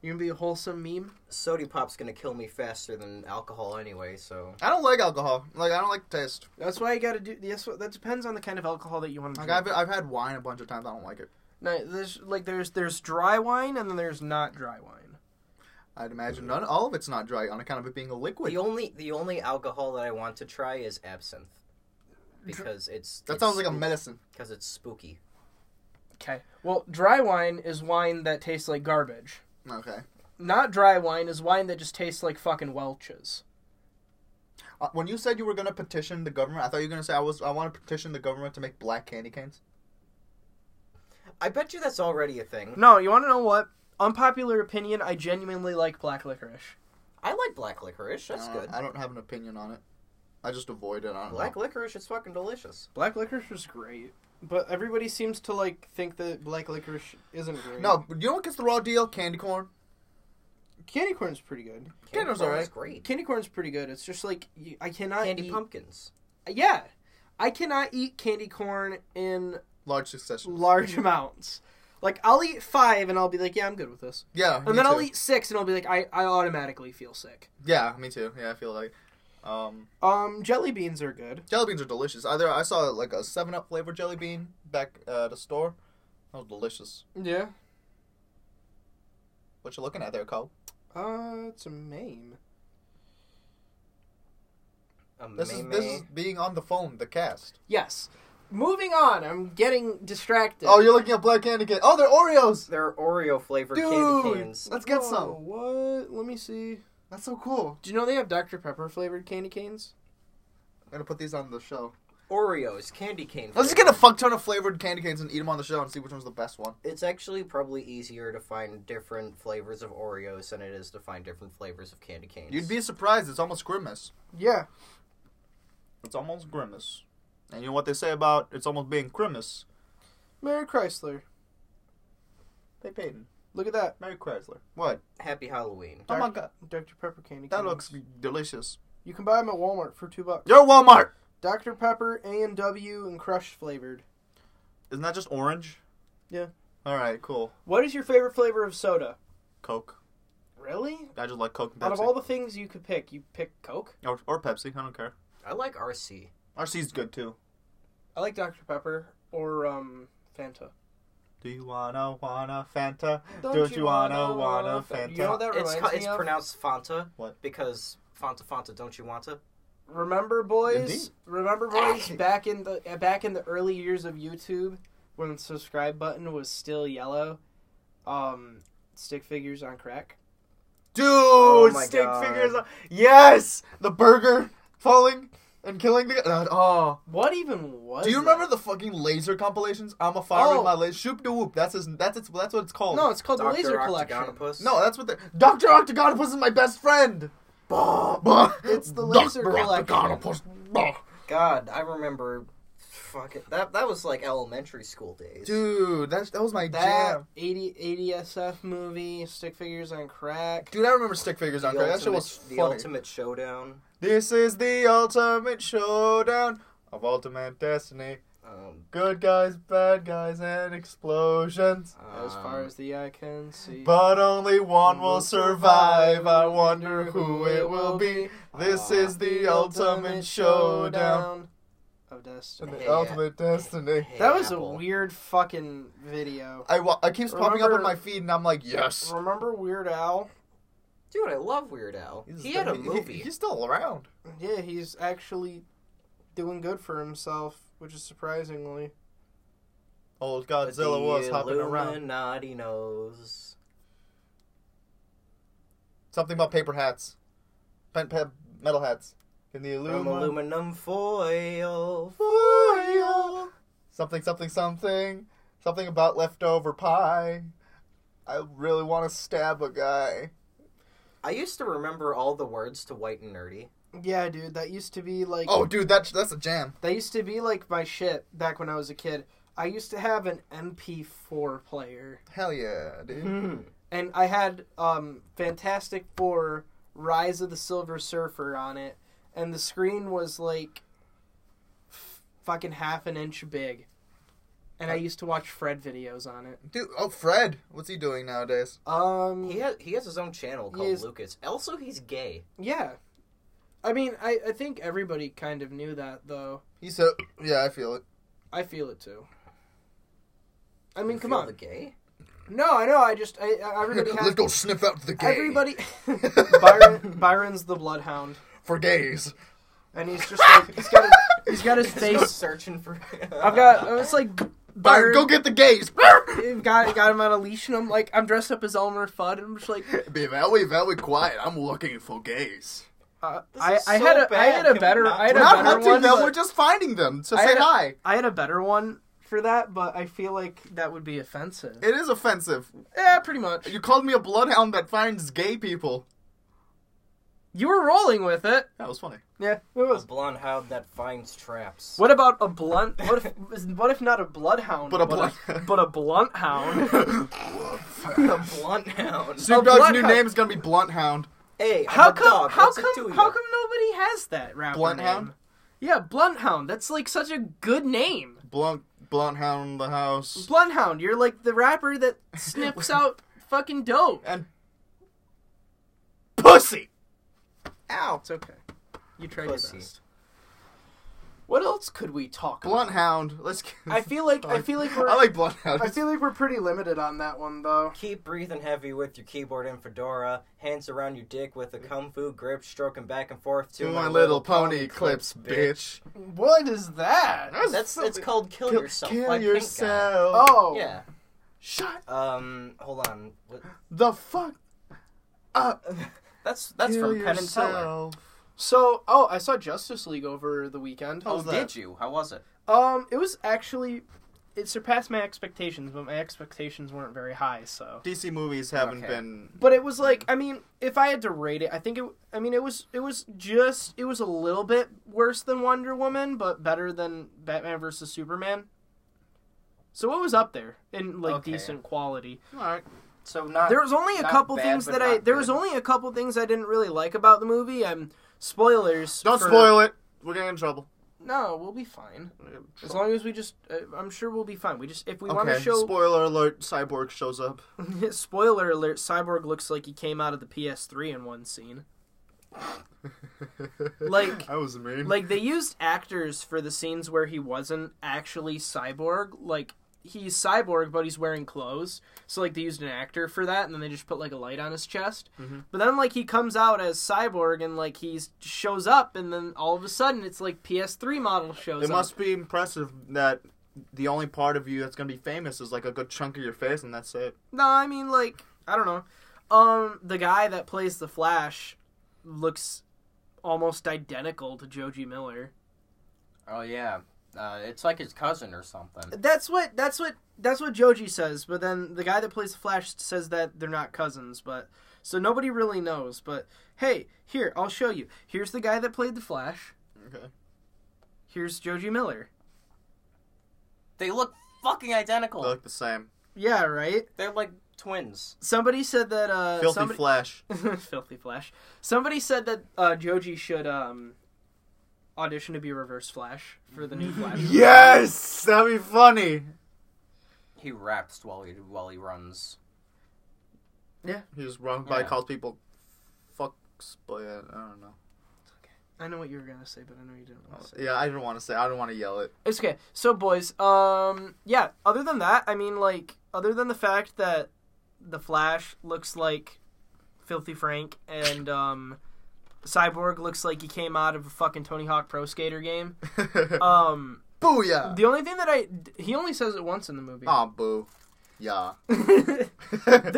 [SPEAKER 2] to be a wholesome meme.
[SPEAKER 3] Sody pop's gonna kill me faster than alcohol anyway. So
[SPEAKER 1] I don't like alcohol. Like I don't like the taste.
[SPEAKER 2] That's why you got to do that's what that depends on the kind of alcohol that you want to
[SPEAKER 1] Like
[SPEAKER 2] drink.
[SPEAKER 1] I've, I've had wine a bunch of times. I don't like it.
[SPEAKER 2] No, there's like there's there's dry wine and then there's not dry wine.
[SPEAKER 1] I'd imagine none, all of it's not dry on account of it being a liquid.
[SPEAKER 3] the only the only alcohol that I want to try is absinthe. Because it's
[SPEAKER 1] That
[SPEAKER 3] it's
[SPEAKER 1] sounds like a
[SPEAKER 3] spook-
[SPEAKER 1] medicine.
[SPEAKER 3] Because it's spooky.
[SPEAKER 2] Okay. Well, dry wine is wine that tastes like garbage.
[SPEAKER 1] Okay.
[SPEAKER 2] not dry wine is wine that just tastes like fucking Welch's.
[SPEAKER 1] Uh, when you said you were gonna petition the government, I thought you were gonna say I was. I want to petition the government to make black candy canes.
[SPEAKER 3] I bet you that's already a thing.
[SPEAKER 2] No, you want to know what? Unpopular opinion, I genuinely like black licorice.
[SPEAKER 3] I like black licorice. That's
[SPEAKER 1] Uh, I don't-
[SPEAKER 3] good.
[SPEAKER 1] I don't have an opinion on it. I just avoid it. I don't
[SPEAKER 3] Black
[SPEAKER 1] know.
[SPEAKER 3] licorice is fucking delicious.
[SPEAKER 2] Black licorice is great, but everybody seems to like think that black licorice isn't great.
[SPEAKER 1] No, but you know what gets the raw deal? Candy corn.
[SPEAKER 2] candy corn's pretty good.
[SPEAKER 1] Candy corn's
[SPEAKER 3] corn
[SPEAKER 1] alright.
[SPEAKER 3] is great.
[SPEAKER 2] Candy corn's pretty good. It's just like y- I cannot
[SPEAKER 3] Candy
[SPEAKER 2] eat-
[SPEAKER 3] pumpkins.
[SPEAKER 2] Yeah, I cannot eat candy corn in
[SPEAKER 1] Large succession.
[SPEAKER 2] large amounts. Like I'll eat five and I'll be like, yeah, I'm good with this,
[SPEAKER 1] Yeah.
[SPEAKER 2] and then I'll eat six and I'll be like, I, I automatically feel sick.
[SPEAKER 1] Yeah, me too. Yeah, I feel like. Um,
[SPEAKER 2] Um, jelly beans are good.
[SPEAKER 1] jelly beans are delicious. Either I saw like a Seven Up flavored jelly bean back uh, at the store. That was delicious.
[SPEAKER 2] Yeah.
[SPEAKER 1] What you looking at there, Cole?
[SPEAKER 2] Uh, it's a meme.
[SPEAKER 3] A
[SPEAKER 1] This is this is being on the phone. The cast.
[SPEAKER 2] Yes. Moving on. I'm getting distracted.
[SPEAKER 1] Oh, you're looking at black candy cane. Oh, they're Oreos.
[SPEAKER 3] They're Oreo flavored
[SPEAKER 1] Dude,
[SPEAKER 3] candy canes.
[SPEAKER 1] let's get
[SPEAKER 2] Oh,
[SPEAKER 1] some.
[SPEAKER 2] What? Let me see.
[SPEAKER 1] That's so cool.
[SPEAKER 2] Do you know they have Dr. Pepper flavored candy canes?
[SPEAKER 1] I'm gonna put these on the show.
[SPEAKER 3] Oreos, candy cane.
[SPEAKER 1] Let's just get
[SPEAKER 3] flavor.
[SPEAKER 1] a fuck ton of flavored candy canes and eat them on the show and see which one's the best one.
[SPEAKER 3] It's actually probably easier to find different flavors of Oreos than it is to find different flavors of candy canes.
[SPEAKER 1] You'd be surprised. It's almost grimace.
[SPEAKER 2] Yeah.
[SPEAKER 1] It's almost grimace. And you know what they say about it's almost being grimace?
[SPEAKER 2] Mary Chrysler.
[SPEAKER 1] They paid him.
[SPEAKER 2] Look at that.
[SPEAKER 1] Mary Chrysler. What?
[SPEAKER 3] Happy Halloween.
[SPEAKER 1] Oh my
[SPEAKER 2] Dark-
[SPEAKER 1] god.
[SPEAKER 2] Dr. Pepper candy
[SPEAKER 1] That
[SPEAKER 2] canes.
[SPEAKER 1] looks delicious.
[SPEAKER 2] You can buy them at Walmart for two bucks.
[SPEAKER 1] You're Walmart.
[SPEAKER 2] Dr. Pepper, A&W, and Crush flavored.
[SPEAKER 1] Isn't that just orange?
[SPEAKER 2] Yeah.
[SPEAKER 1] All right. Cool.
[SPEAKER 2] What is your favorite flavor of soda?
[SPEAKER 1] Coke.
[SPEAKER 2] Really?
[SPEAKER 1] I just like Coke and
[SPEAKER 2] Out
[SPEAKER 1] Pepsi.
[SPEAKER 2] of all the things you could pick, you pick Coke?
[SPEAKER 1] or, or Pepsi. I don't care.
[SPEAKER 3] I like RC.
[SPEAKER 1] RC's good too.
[SPEAKER 2] I like Dr. Pepper or um Fanta.
[SPEAKER 1] Do you wanna wanna Fanta? Don't you wanna, wanna Fanta?
[SPEAKER 2] You know what that reminds
[SPEAKER 3] It's, ca-
[SPEAKER 2] me
[SPEAKER 3] it's
[SPEAKER 2] of?
[SPEAKER 3] pronounced Fanta.
[SPEAKER 1] What?
[SPEAKER 3] Because Fanta Fanta, don't you want to?
[SPEAKER 2] Remember, boys.
[SPEAKER 1] Indeed.
[SPEAKER 2] Remember, boys. back in the uh, back in the early years of YouTube, when the subscribe button was still yellow, um, stick figures on crack.
[SPEAKER 1] Dude,
[SPEAKER 3] my
[SPEAKER 1] stick
[SPEAKER 3] God.
[SPEAKER 1] figures. Yes, the burger falling. and killing the. Uh, oh.
[SPEAKER 2] What even was?
[SPEAKER 1] Do you
[SPEAKER 2] that?
[SPEAKER 1] remember the fucking laser compilations? I'm a fire
[SPEAKER 2] Oh.
[SPEAKER 1] in my laser. Shoop de whoop. That's his. That's its. That's what it's called.
[SPEAKER 2] No, it's called the
[SPEAKER 4] Dr.
[SPEAKER 2] Laser Collection.
[SPEAKER 4] Octagonopus.
[SPEAKER 1] No, that's what the Doctor Octagonopus is my best friend. Bah, bah.
[SPEAKER 2] It's the laser
[SPEAKER 1] Dr.
[SPEAKER 2] collection.
[SPEAKER 1] Octagonopus. Bah.
[SPEAKER 4] God, I remember. Fuck it. That that was like elementary school days.
[SPEAKER 1] Dude, that that was my
[SPEAKER 2] That
[SPEAKER 1] jam.
[SPEAKER 2] 80 ADSF movie, stick figures on crack.
[SPEAKER 1] Dude, I remember stick figures
[SPEAKER 4] the
[SPEAKER 1] on there. That shit
[SPEAKER 4] ultimate,
[SPEAKER 1] was
[SPEAKER 4] the
[SPEAKER 1] funny.
[SPEAKER 4] ultimate showdown.
[SPEAKER 1] This is the ultimate showdown of ultimate destiny.
[SPEAKER 4] Um,
[SPEAKER 1] Good guys, bad guys, and explosions.
[SPEAKER 2] as
[SPEAKER 4] um,
[SPEAKER 2] far as the eye can see.
[SPEAKER 1] But only one will survive. I wonder who it will be. This
[SPEAKER 2] Ah.
[SPEAKER 4] Uh,
[SPEAKER 1] is the ultimate showdown.
[SPEAKER 2] of destiny.
[SPEAKER 1] The ultimate destiny.
[SPEAKER 4] um, hey,
[SPEAKER 2] That was
[SPEAKER 4] Apple.
[SPEAKER 2] a weird fucking video.
[SPEAKER 1] I, wa- I keeps popping up on
[SPEAKER 2] Remember-
[SPEAKER 1] my feed and I'm like, yes.
[SPEAKER 2] Remember Weird Al?
[SPEAKER 4] Dude, I love Weird Al.
[SPEAKER 1] He's
[SPEAKER 4] He
[SPEAKER 1] still-
[SPEAKER 4] had a
[SPEAKER 1] he-
[SPEAKER 4] movie.
[SPEAKER 1] he's still around.
[SPEAKER 2] Yeah, he's actually doing good for himself, which is surprisingly.
[SPEAKER 1] Old Godzilla
[SPEAKER 4] The
[SPEAKER 1] was hopping around.
[SPEAKER 4] Illuminati knows.
[SPEAKER 1] Something about paper hats, pen, pen, metal hats, in the
[SPEAKER 4] From
[SPEAKER 1] aluminum.
[SPEAKER 4] aluminum foil.
[SPEAKER 1] foil. Something, something, something, something about leftover pie. I really want to stab a guy.
[SPEAKER 4] I used to remember all the words to White and Nerdy.
[SPEAKER 2] Yeah, dude, that used to be like
[SPEAKER 1] Oh, dude, that's that's a jam.
[SPEAKER 2] that used to be like my shit back when I was a kid. I used to have an MP4 player.
[SPEAKER 1] Hell yeah, dude.
[SPEAKER 4] Hmm.
[SPEAKER 2] and I had um, Fantastic Four: Rise of the Silver Surfer on it, and the screen was like f- fucking half an inch big, and I used to watch Fred videos on it.
[SPEAKER 1] Dude, oh Fred, what's he doing nowadays?
[SPEAKER 2] Um,
[SPEAKER 4] He has he has his own channel
[SPEAKER 2] He
[SPEAKER 4] called
[SPEAKER 2] is-
[SPEAKER 4] Lucas. Also, he's gay.
[SPEAKER 2] yeah, I mean, I I think everybody kind of knew that though.
[SPEAKER 1] He said, yeah, I feel it.
[SPEAKER 2] I feel it too. I mean,
[SPEAKER 4] You
[SPEAKER 2] come
[SPEAKER 4] feel
[SPEAKER 2] on.
[SPEAKER 4] the gay.
[SPEAKER 2] No, I know. I just I, I everybody
[SPEAKER 1] Let's
[SPEAKER 2] has
[SPEAKER 1] go sniff out the gay.
[SPEAKER 2] everybody. Byron, Byron's the bloodhound,
[SPEAKER 1] for gays.
[SPEAKER 2] and he's just like he's got his, he's got his
[SPEAKER 4] He's
[SPEAKER 2] face
[SPEAKER 4] searching for.
[SPEAKER 2] I've got. uh, It's like
[SPEAKER 1] Byron,
[SPEAKER 2] Byron.
[SPEAKER 1] go get the gays.
[SPEAKER 2] I've got got him on a leash, and I'm like, I'm dressed up as Elmer Fudd, and I'm just like,
[SPEAKER 1] Be very, very quiet. I'm looking for gays.
[SPEAKER 2] uh,
[SPEAKER 4] This
[SPEAKER 2] I,
[SPEAKER 4] is
[SPEAKER 2] I
[SPEAKER 4] so
[SPEAKER 2] had a I
[SPEAKER 4] bad.
[SPEAKER 2] had
[SPEAKER 4] Can
[SPEAKER 2] a
[SPEAKER 4] we
[SPEAKER 2] better
[SPEAKER 4] not
[SPEAKER 2] I had
[SPEAKER 4] do
[SPEAKER 2] a
[SPEAKER 1] We're
[SPEAKER 4] it?
[SPEAKER 1] not
[SPEAKER 2] better
[SPEAKER 1] hunting
[SPEAKER 2] one.
[SPEAKER 1] them.
[SPEAKER 2] but
[SPEAKER 1] We're just finding them to
[SPEAKER 2] I
[SPEAKER 1] say
[SPEAKER 2] had a-
[SPEAKER 1] hi.
[SPEAKER 2] I had a better one for that, but I feel like that would be offensive.
[SPEAKER 1] It is offensive.
[SPEAKER 2] yeah, pretty much.
[SPEAKER 1] You called me a bloodhound that finds gay people.
[SPEAKER 2] You were rolling with it.
[SPEAKER 1] That was funny.
[SPEAKER 2] Yeah,
[SPEAKER 4] a
[SPEAKER 2] it was.
[SPEAKER 4] blonde hound that finds traps.
[SPEAKER 2] What about a blunt? What if what if not a bloodhound,
[SPEAKER 1] But a
[SPEAKER 2] but
[SPEAKER 1] blunt-
[SPEAKER 2] a, but a blunt hound?
[SPEAKER 4] a blunt hound.
[SPEAKER 1] Snoop
[SPEAKER 2] A
[SPEAKER 1] Dogg's new
[SPEAKER 2] bloodhound-
[SPEAKER 1] name is gonna be Blunt Hound.
[SPEAKER 4] Hey, I'm
[SPEAKER 2] How
[SPEAKER 4] a
[SPEAKER 2] come?
[SPEAKER 4] Dog.
[SPEAKER 2] How
[SPEAKER 4] What's it
[SPEAKER 2] come?
[SPEAKER 4] to you?
[SPEAKER 2] How come nobody has that rapper
[SPEAKER 1] Blunt
[SPEAKER 2] name?
[SPEAKER 1] hound?
[SPEAKER 2] Yeah, Blunthound. That's like such a good name.
[SPEAKER 1] Blunt Blunt Hound the house.
[SPEAKER 2] Bloodhound, you're like the rapper that sniffs out fucking dope.
[SPEAKER 1] and Pussy.
[SPEAKER 4] Ow.
[SPEAKER 2] It's okay. You tried
[SPEAKER 4] Pussy.
[SPEAKER 2] your best. What else could we talk
[SPEAKER 1] Blunt Hound. Let's. Get...
[SPEAKER 2] about? I feel like I feel like we're
[SPEAKER 1] I like Blunt Hound.
[SPEAKER 2] I feel like we're pretty limited on that one though.
[SPEAKER 4] Keep breathing heavy with your keyboard and fedora, hands around your dick with a kung fu grip, stroking back and forth to
[SPEAKER 1] To my little pony clips, bitch.
[SPEAKER 2] What is that?
[SPEAKER 4] That's it's called kill,
[SPEAKER 1] Kill,
[SPEAKER 4] yourself.
[SPEAKER 1] kill
[SPEAKER 4] by Pink Guy.
[SPEAKER 1] yourself.
[SPEAKER 2] Oh.
[SPEAKER 4] Yeah.
[SPEAKER 1] Shut
[SPEAKER 4] Um. Hold on. What-
[SPEAKER 1] the fuck up.
[SPEAKER 4] That's that's
[SPEAKER 1] Kill
[SPEAKER 4] from Penn and Teller.
[SPEAKER 1] yourself.
[SPEAKER 2] So, oh, I saw Justice League over the weekend.
[SPEAKER 1] How
[SPEAKER 4] Oh,
[SPEAKER 1] was that?
[SPEAKER 4] did you? How was it?
[SPEAKER 2] Um, it was actually it surpassed my expectations, but my expectations weren't very high, so.
[SPEAKER 1] DC movies haven't
[SPEAKER 4] Okay.
[SPEAKER 1] been.
[SPEAKER 2] But it was like, I mean, if I had to rate it, I think it. I mean, it was it was just it was a little bit worse than Wonder Woman, but better than Batman versus Superman. So it was up there in like
[SPEAKER 4] Okay.
[SPEAKER 2] decent quality.
[SPEAKER 1] All right.
[SPEAKER 4] So not.
[SPEAKER 2] There was only a
[SPEAKER 4] Not
[SPEAKER 2] couple
[SPEAKER 4] bad,
[SPEAKER 2] things
[SPEAKER 4] but
[SPEAKER 2] that I
[SPEAKER 4] not
[SPEAKER 2] there was
[SPEAKER 4] good.
[SPEAKER 2] only a couple things I didn't really like about the movie. I'm spoilers.
[SPEAKER 1] Don't
[SPEAKER 2] for-
[SPEAKER 1] spoil it. We're getting in trouble.
[SPEAKER 2] No, we'll be fine. As long as we just, uh, I'm sure we'll be fine. We just if we want to
[SPEAKER 1] okay.
[SPEAKER 2] show
[SPEAKER 1] Spoiler alert: Cyborg shows up.
[SPEAKER 2] spoiler alert, Cyborg looks like he came out of the PS3 in one scene. Like-
[SPEAKER 1] I was mean.
[SPEAKER 2] like they used actors for the scenes where he wasn't actually cyborg like he's cyborg but he's wearing clothes so like they used an actor for that and then they just put like a light on his chest
[SPEAKER 1] Mm-hmm.
[SPEAKER 2] but then like he comes out as cyborg and like he shows up and then all of a sudden it's like ps3 model shows
[SPEAKER 1] It
[SPEAKER 2] up
[SPEAKER 1] must be impressive that the only part of you that's gonna be famous is like a good chunk of your face, and that's it.
[SPEAKER 2] no i mean like i don't know um the guy that plays the flash looks almost identical to Joji Miller.
[SPEAKER 3] Oh yeah, uh, it's like his cousin or something.
[SPEAKER 2] That's what that's what that's what Joji says, but then the guy that plays the Flash says that they're not cousins, but so nobody really knows, but hey, here, I'll show you. Here's the guy that played the Flash.
[SPEAKER 1] Okay.
[SPEAKER 2] Here's Joji Miller.
[SPEAKER 3] They look fucking identical.
[SPEAKER 1] They look the same.
[SPEAKER 2] Yeah, right?
[SPEAKER 3] They're like twins.
[SPEAKER 2] Somebody said that uh
[SPEAKER 1] Filthy
[SPEAKER 2] somebody
[SPEAKER 1] Flash.
[SPEAKER 2] Filthy Flash. Somebody said that uh Joji should um audition to be Reverse Flash for the new Flash.
[SPEAKER 1] Yes, that'd be funny.
[SPEAKER 3] He raps while he while he runs.
[SPEAKER 1] He just runs by
[SPEAKER 3] Yeah.
[SPEAKER 1] calls people fucks, but yeah, I don't know.
[SPEAKER 2] I know what you were gonna say, but I know you didn't want to say.
[SPEAKER 1] Yeah, I didn't want to say. I don't want to yell it.
[SPEAKER 2] It's okay. So, boys, um, yeah. Other than that, I mean, like, other than the fact that the Flash looks like Filthy Frank and um, Cyborg looks like he came out of a fucking Tony Hawk Pro Skater game. Um,
[SPEAKER 1] Booyah!
[SPEAKER 2] the only thing that I he only says it once in the movie.
[SPEAKER 1] Aw, boo. Yeah.
[SPEAKER 2] there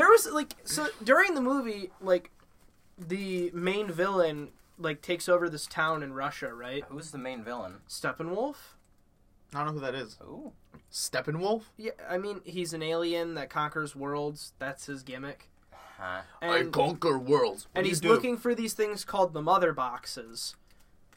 [SPEAKER 2] was like so during the movie, like the main villain like takes over this town in Russia, right?
[SPEAKER 3] Who's the main villain?
[SPEAKER 2] Steppenwolf.
[SPEAKER 1] I don't know who that is.
[SPEAKER 3] Ooh.
[SPEAKER 1] Steppenwolf?
[SPEAKER 2] Yeah, I mean, he's an alien that conquers worlds. That's his gimmick.
[SPEAKER 3] Huh.
[SPEAKER 1] I
[SPEAKER 2] And,
[SPEAKER 1] conquer worlds. What
[SPEAKER 2] and
[SPEAKER 1] do you
[SPEAKER 2] he's
[SPEAKER 1] do?
[SPEAKER 2] looking for these things called the mother boxes,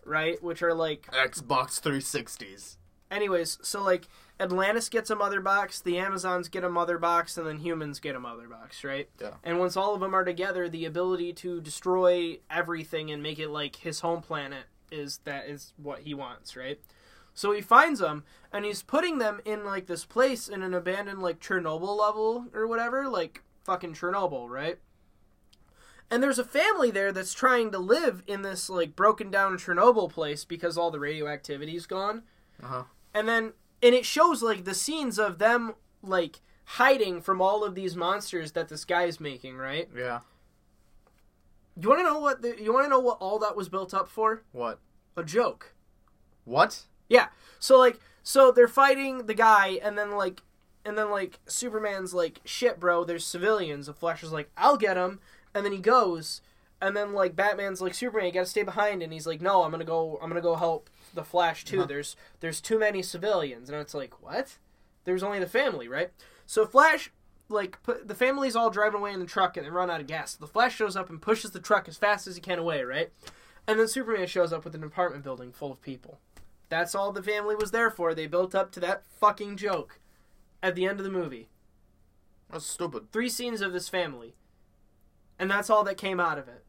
[SPEAKER 2] right? Which are like,
[SPEAKER 1] Xbox 360s.
[SPEAKER 2] anyways, so like Atlantis gets a mother box, the Amazons get a mother box, and then humans get a mother box, right?
[SPEAKER 1] Yeah.
[SPEAKER 2] And once all of them are together, the ability to destroy everything and make it like his home planet is that is what he wants, right? So he finds them and he's putting them in like this place in an abandoned like Chernobyl level or whatever, like fucking Chernobyl, right? And there's a family there that's trying to live in this like broken down Chernobyl place because all the radioactivity's gone.
[SPEAKER 1] Uh-huh.
[SPEAKER 2] And then and it shows like the scenes of them like hiding from all of these monsters that this guy's making, right?
[SPEAKER 1] Yeah.
[SPEAKER 2] You want to know what the, you want to know what all that was built up for?
[SPEAKER 1] What?
[SPEAKER 2] A joke.
[SPEAKER 1] What?
[SPEAKER 2] Yeah. So like so they're fighting the guy and then like and then like Superman's like shit bro, there's civilians. The Flash is like I'll get him and then he goes and then like Batman's like Superman, you got to stay behind and he's like no, I'm going to go I'm going to go help the Flash too. There's there's too many civilians and it's like what? There's only the family, right? So Flash like put, the family's all driving away in the truck and they run out of gas. The Flash shows up and pushes the truck as fast as he can away, right? And then Superman shows up with an apartment building full of people. That's all the family was there for. They built up to that fucking joke at the end of the movie.
[SPEAKER 1] That's stupid.
[SPEAKER 2] Three scenes of this family. And that's all that came out of it.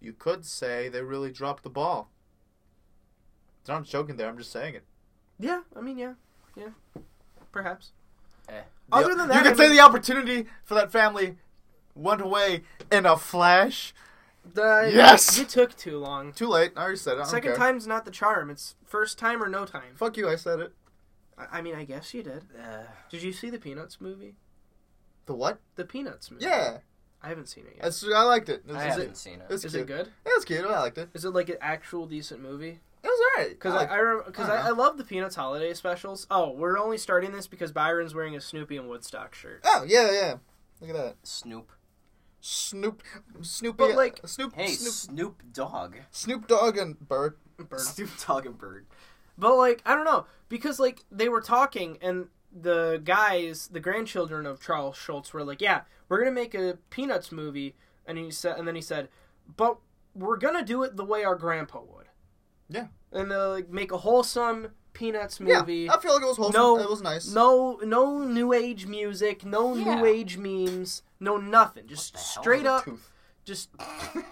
[SPEAKER 1] You could say they really dropped the ball. I'm not joking there. I'm just saying it.
[SPEAKER 2] Yeah, I mean, yeah. Yeah. Perhaps.
[SPEAKER 3] Eh.
[SPEAKER 2] Other than that,
[SPEAKER 1] you
[SPEAKER 2] I
[SPEAKER 1] could say
[SPEAKER 2] mean-
[SPEAKER 1] the opportunity for that family went away in a flash.
[SPEAKER 2] The-
[SPEAKER 1] Yes!
[SPEAKER 2] You took too long.
[SPEAKER 1] Too late. I already said it. I don't
[SPEAKER 2] Second
[SPEAKER 1] care.
[SPEAKER 2] time's not the charm. It's first time or no time.
[SPEAKER 1] Fuck you. I said it.
[SPEAKER 2] I, I mean, I guess you did.
[SPEAKER 3] Uh,
[SPEAKER 2] Did you see the Peanuts movie?
[SPEAKER 1] The what?
[SPEAKER 2] The Peanuts movie.
[SPEAKER 1] Yeah.
[SPEAKER 2] I haven't seen it yet.
[SPEAKER 1] That's, I liked it. It's,
[SPEAKER 3] I
[SPEAKER 1] it's-
[SPEAKER 3] haven't seen it.
[SPEAKER 1] It's
[SPEAKER 2] Is
[SPEAKER 1] cute.
[SPEAKER 2] it good?
[SPEAKER 1] It was cute. I liked it.
[SPEAKER 2] Is it like an actual decent movie?
[SPEAKER 1] It was alright.
[SPEAKER 2] Because
[SPEAKER 1] liked
[SPEAKER 2] I, I, rem- cause
[SPEAKER 1] I
[SPEAKER 2] I,
[SPEAKER 1] don't
[SPEAKER 2] I, love the Peanuts holiday specials. Oh, we're only starting this because Byron's wearing a Snoopy and Woodstock shirt.
[SPEAKER 1] Oh yeah, yeah. Look at that.
[SPEAKER 3] Snoop.
[SPEAKER 1] Snoop, Snoopy, uh,
[SPEAKER 2] But, like-
[SPEAKER 1] Snoop,
[SPEAKER 3] Hey,
[SPEAKER 1] Snoop,
[SPEAKER 3] Snoop Dogg.
[SPEAKER 1] Snoop Dogg and Bird.
[SPEAKER 2] Bird.
[SPEAKER 3] Snoop Dogg and Bird.
[SPEAKER 2] But like, I don't know because like they were talking and the guys, the grandchildren of Charles Schultz, were like, "Yeah, we're gonna make a Peanuts movie," and he said, and then he said, "But we're gonna do it the way our grandpa would."
[SPEAKER 1] Yeah.
[SPEAKER 2] And they like make a wholesome Peanuts movie.
[SPEAKER 1] Yeah, I feel like it was wholesome.
[SPEAKER 2] No,
[SPEAKER 1] it was nice.
[SPEAKER 2] No, no new age music, no
[SPEAKER 3] Yeah.
[SPEAKER 2] new age memes, no nothing. Just
[SPEAKER 3] What the hell
[SPEAKER 2] straight
[SPEAKER 3] is a
[SPEAKER 2] up,
[SPEAKER 1] Tooth.
[SPEAKER 2] just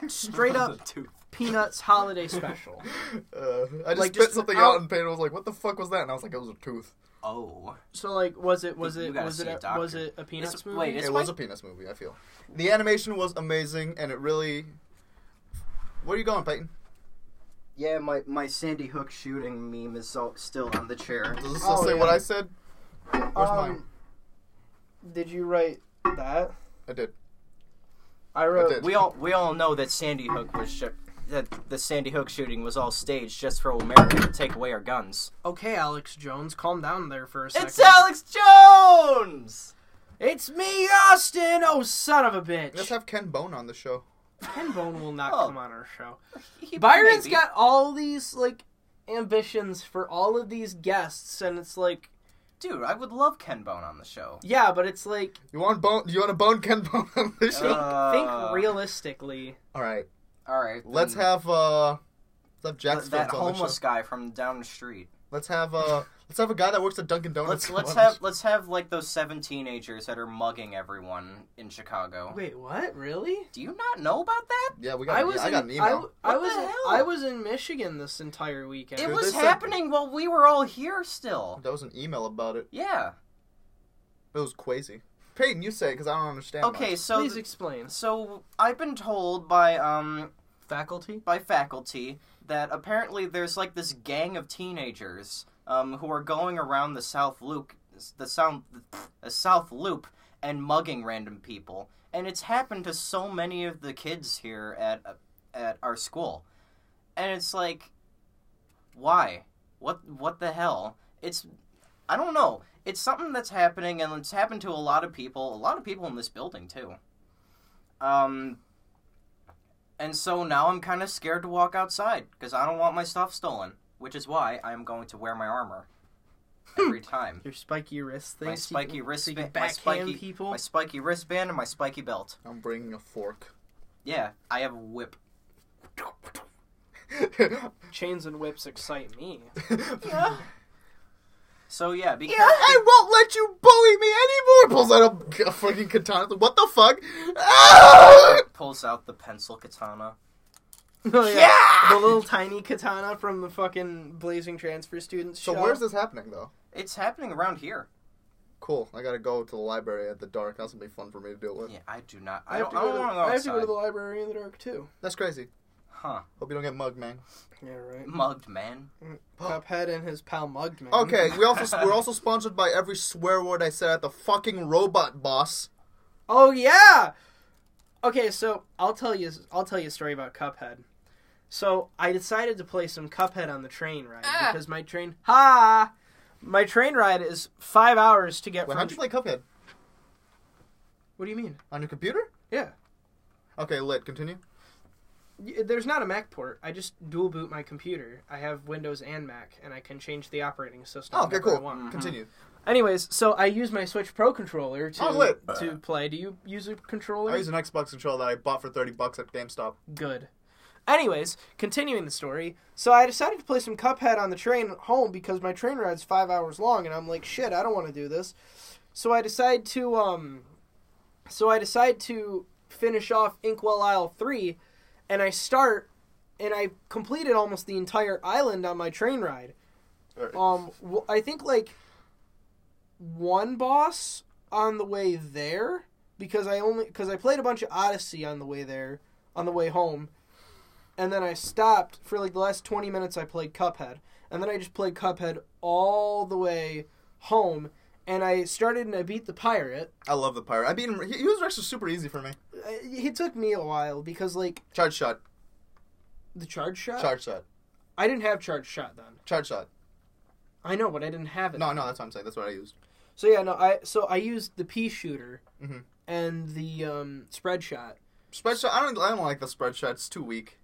[SPEAKER 2] straight up
[SPEAKER 3] Tooth.
[SPEAKER 2] Peanuts holiday special.
[SPEAKER 1] Uh, I just spit
[SPEAKER 2] Like, just
[SPEAKER 1] something
[SPEAKER 2] out-
[SPEAKER 1] out, and Peyton was like, "What the fuck was that?" And I was like, "It was a tooth."
[SPEAKER 3] Oh.
[SPEAKER 2] So like, was it was
[SPEAKER 3] You
[SPEAKER 2] it
[SPEAKER 3] gotta
[SPEAKER 2] was it
[SPEAKER 3] see a
[SPEAKER 2] a,
[SPEAKER 3] doctor.
[SPEAKER 2] was it a Peanuts
[SPEAKER 3] It's-
[SPEAKER 2] movie?
[SPEAKER 3] wait, it's-
[SPEAKER 1] it was a penis movie. I feel the animation was amazing, and it really. Where are you going, Peyton?
[SPEAKER 3] Yeah, my, my Sandy Hook shooting meme is so, still on the chair.
[SPEAKER 1] Does this
[SPEAKER 2] Oh,
[SPEAKER 1] say
[SPEAKER 2] yeah.
[SPEAKER 1] what I said? Where's
[SPEAKER 2] Um,
[SPEAKER 1] mine?
[SPEAKER 2] Did you write that?
[SPEAKER 1] I did.
[SPEAKER 2] I wrote.
[SPEAKER 1] did.
[SPEAKER 3] We all we all know that Sandy Hook was sh- that the Sandy Hook shooting was all staged just for America to take away our guns.
[SPEAKER 2] Okay, Alex Jones, calm down there for a second.
[SPEAKER 3] Alex Jones.
[SPEAKER 2] It's me, Austin. Oh, son of a bitch.
[SPEAKER 1] Let's have Ken Bone on the show.
[SPEAKER 2] Kenbone will not
[SPEAKER 3] Oh.
[SPEAKER 2] come on our show.
[SPEAKER 3] He-
[SPEAKER 2] Byron's
[SPEAKER 3] maybe.
[SPEAKER 2] got all these like ambitions for all of these guests, and it's like,
[SPEAKER 3] dude. I would love Ken Bone on the show.
[SPEAKER 2] yeah, but it's like
[SPEAKER 1] You want bone? You want a bone Ken bone on the show?
[SPEAKER 2] think,
[SPEAKER 3] Uh,
[SPEAKER 2] think realistically.
[SPEAKER 1] All right,
[SPEAKER 3] All right,
[SPEAKER 1] let's
[SPEAKER 3] then
[SPEAKER 1] have uh, let's have Jack's
[SPEAKER 3] th- hmm. that
[SPEAKER 1] friends on the
[SPEAKER 3] homeless
[SPEAKER 1] show.
[SPEAKER 3] guy from down the street.
[SPEAKER 1] Let's have uh, let's have a guy that works at Dunkin' Donuts.
[SPEAKER 3] Let's
[SPEAKER 1] come
[SPEAKER 3] let's
[SPEAKER 1] on the
[SPEAKER 3] have
[SPEAKER 1] show.
[SPEAKER 3] let's have like those seven teenagers that are mugging everyone in Chicago.
[SPEAKER 2] Wait, what? Really?
[SPEAKER 3] Do you not know about that?
[SPEAKER 1] Yeah, we got.
[SPEAKER 2] I was.
[SPEAKER 1] I
[SPEAKER 2] in,
[SPEAKER 1] got an
[SPEAKER 2] I,
[SPEAKER 1] email.
[SPEAKER 2] w- I
[SPEAKER 3] What
[SPEAKER 2] was.
[SPEAKER 3] the
[SPEAKER 2] in-
[SPEAKER 3] hell?
[SPEAKER 2] I was in Michigan this entire weekend.
[SPEAKER 3] It
[SPEAKER 1] Dude,
[SPEAKER 3] was
[SPEAKER 1] they said-
[SPEAKER 3] happening while we were all here still.
[SPEAKER 1] That was an email about it.
[SPEAKER 3] Yeah.
[SPEAKER 1] It was crazy. Peyton, you say because I don't understand.
[SPEAKER 3] Okay,
[SPEAKER 1] much.
[SPEAKER 3] so
[SPEAKER 2] Please explain.
[SPEAKER 3] so I've been told by um
[SPEAKER 2] Faculty.
[SPEAKER 3] by faculty that apparently there's like this gang of teenagers um who are going around the South Loop the South the South Loop and mugging random people. And it's happened to so many of the kids here at at our school. And it's like why? What what the hell? It's I don't know. It's something that's happening and it's happened to a lot of people, a lot of people in this building too. Um and so now I'm kind of scared to walk outside because I don't want my stuff stolen, which is why I'm going to wear my armor every time.
[SPEAKER 2] Your spiky wrist thing.
[SPEAKER 3] My
[SPEAKER 2] so you-
[SPEAKER 3] spiky
[SPEAKER 2] so you
[SPEAKER 3] wristband, my
[SPEAKER 2] backhand
[SPEAKER 3] spiky,
[SPEAKER 2] people.
[SPEAKER 3] my spiky wristband, and my spiky belt.
[SPEAKER 1] I'm bringing a fork.
[SPEAKER 3] Yeah, I have a whip.
[SPEAKER 2] Chains and whips excite me.
[SPEAKER 1] yeah.
[SPEAKER 3] So yeah, because
[SPEAKER 1] I won't let you bully me anymore. Pulls out a, a fucking katana. What the fuck? Ah!
[SPEAKER 3] pulls out the pencil katana.
[SPEAKER 2] Oh,
[SPEAKER 1] Yeah!
[SPEAKER 2] The little tiny katana from the fucking Blazing Transfer students.
[SPEAKER 1] So
[SPEAKER 2] show.
[SPEAKER 1] where's this happening though?
[SPEAKER 3] It's happening around here.
[SPEAKER 1] Cool. I gotta go to the library at the dark. That's gonna be fun for me to deal with.
[SPEAKER 3] Yeah, I do not.
[SPEAKER 2] I
[SPEAKER 3] I
[SPEAKER 2] have,
[SPEAKER 3] don't.
[SPEAKER 2] to
[SPEAKER 3] I
[SPEAKER 2] go
[SPEAKER 3] don't
[SPEAKER 2] to,
[SPEAKER 3] want to go
[SPEAKER 2] I have to go to
[SPEAKER 3] outside.
[SPEAKER 2] the library in the dark too.
[SPEAKER 1] That's crazy.
[SPEAKER 3] Huh?
[SPEAKER 1] Hope you don't get mugged, man.
[SPEAKER 2] Yeah, right.
[SPEAKER 3] Mugged man.
[SPEAKER 2] Cuphead and his pal Mugged Man.
[SPEAKER 1] Okay. We also we're also sponsored by every swear word I said at the fucking robot boss.
[SPEAKER 2] Oh yeah. Okay, so I'll tell you. I'll tell you a story about Cuphead. So I decided to play some Cuphead on the train ride because my train ha, my train ride is five hours to get
[SPEAKER 1] Wait,
[SPEAKER 2] from.
[SPEAKER 1] how'd you play Cuphead
[SPEAKER 2] What do you mean?
[SPEAKER 1] on your computer?
[SPEAKER 2] Yeah,
[SPEAKER 1] Okay, lit. Continue.
[SPEAKER 2] Y- there's not a Mac port. I just dual boot my computer. I have Windows and Mac, and I can change the operating system.
[SPEAKER 1] Oh, okay,
[SPEAKER 2] whenever I
[SPEAKER 1] cool.
[SPEAKER 2] want.
[SPEAKER 1] Continue.
[SPEAKER 2] Anyways, so I use my Switch Pro controller to
[SPEAKER 1] Oh, lit.
[SPEAKER 2] to play. Do you use a controller?
[SPEAKER 1] I use an Xbox controller that I bought for thirty bucks at GameStop.
[SPEAKER 2] good. Anyways, continuing the story, so I decided to play some Cuphead on the train home because my train ride's five hours long, and I'm like, shit, I don't want to do this. So I decide to, um, so I decide to finish off Inkwell Isle three, and I start, and I completed almost the entire island on my train ride.
[SPEAKER 1] Alright.
[SPEAKER 2] Um, w- I think like one boss on the way there because I only because I played a bunch of Odyssey on the way there on the way home, and then I stopped for like the last twenty minutes. I played Cuphead, and then I just played Cuphead all the way home. And I started and I beat the pirate.
[SPEAKER 1] I love the pirate. I beat him. He, he was actually super easy for me.
[SPEAKER 2] Uh, He took me a while because like
[SPEAKER 1] Charge shot.
[SPEAKER 2] the charge shot.
[SPEAKER 1] Charge shot.
[SPEAKER 2] I didn't have charge shot then.
[SPEAKER 1] Charge shot.
[SPEAKER 2] I know, but I didn't have it.
[SPEAKER 1] No, no, that's what I'm saying. That's what I used.
[SPEAKER 2] So yeah, no. I so I used the pea shooter
[SPEAKER 1] Mhm.
[SPEAKER 2] and the um, spread shot.
[SPEAKER 1] Spread shot. I don't. I don't like the spread shot. It's too weak.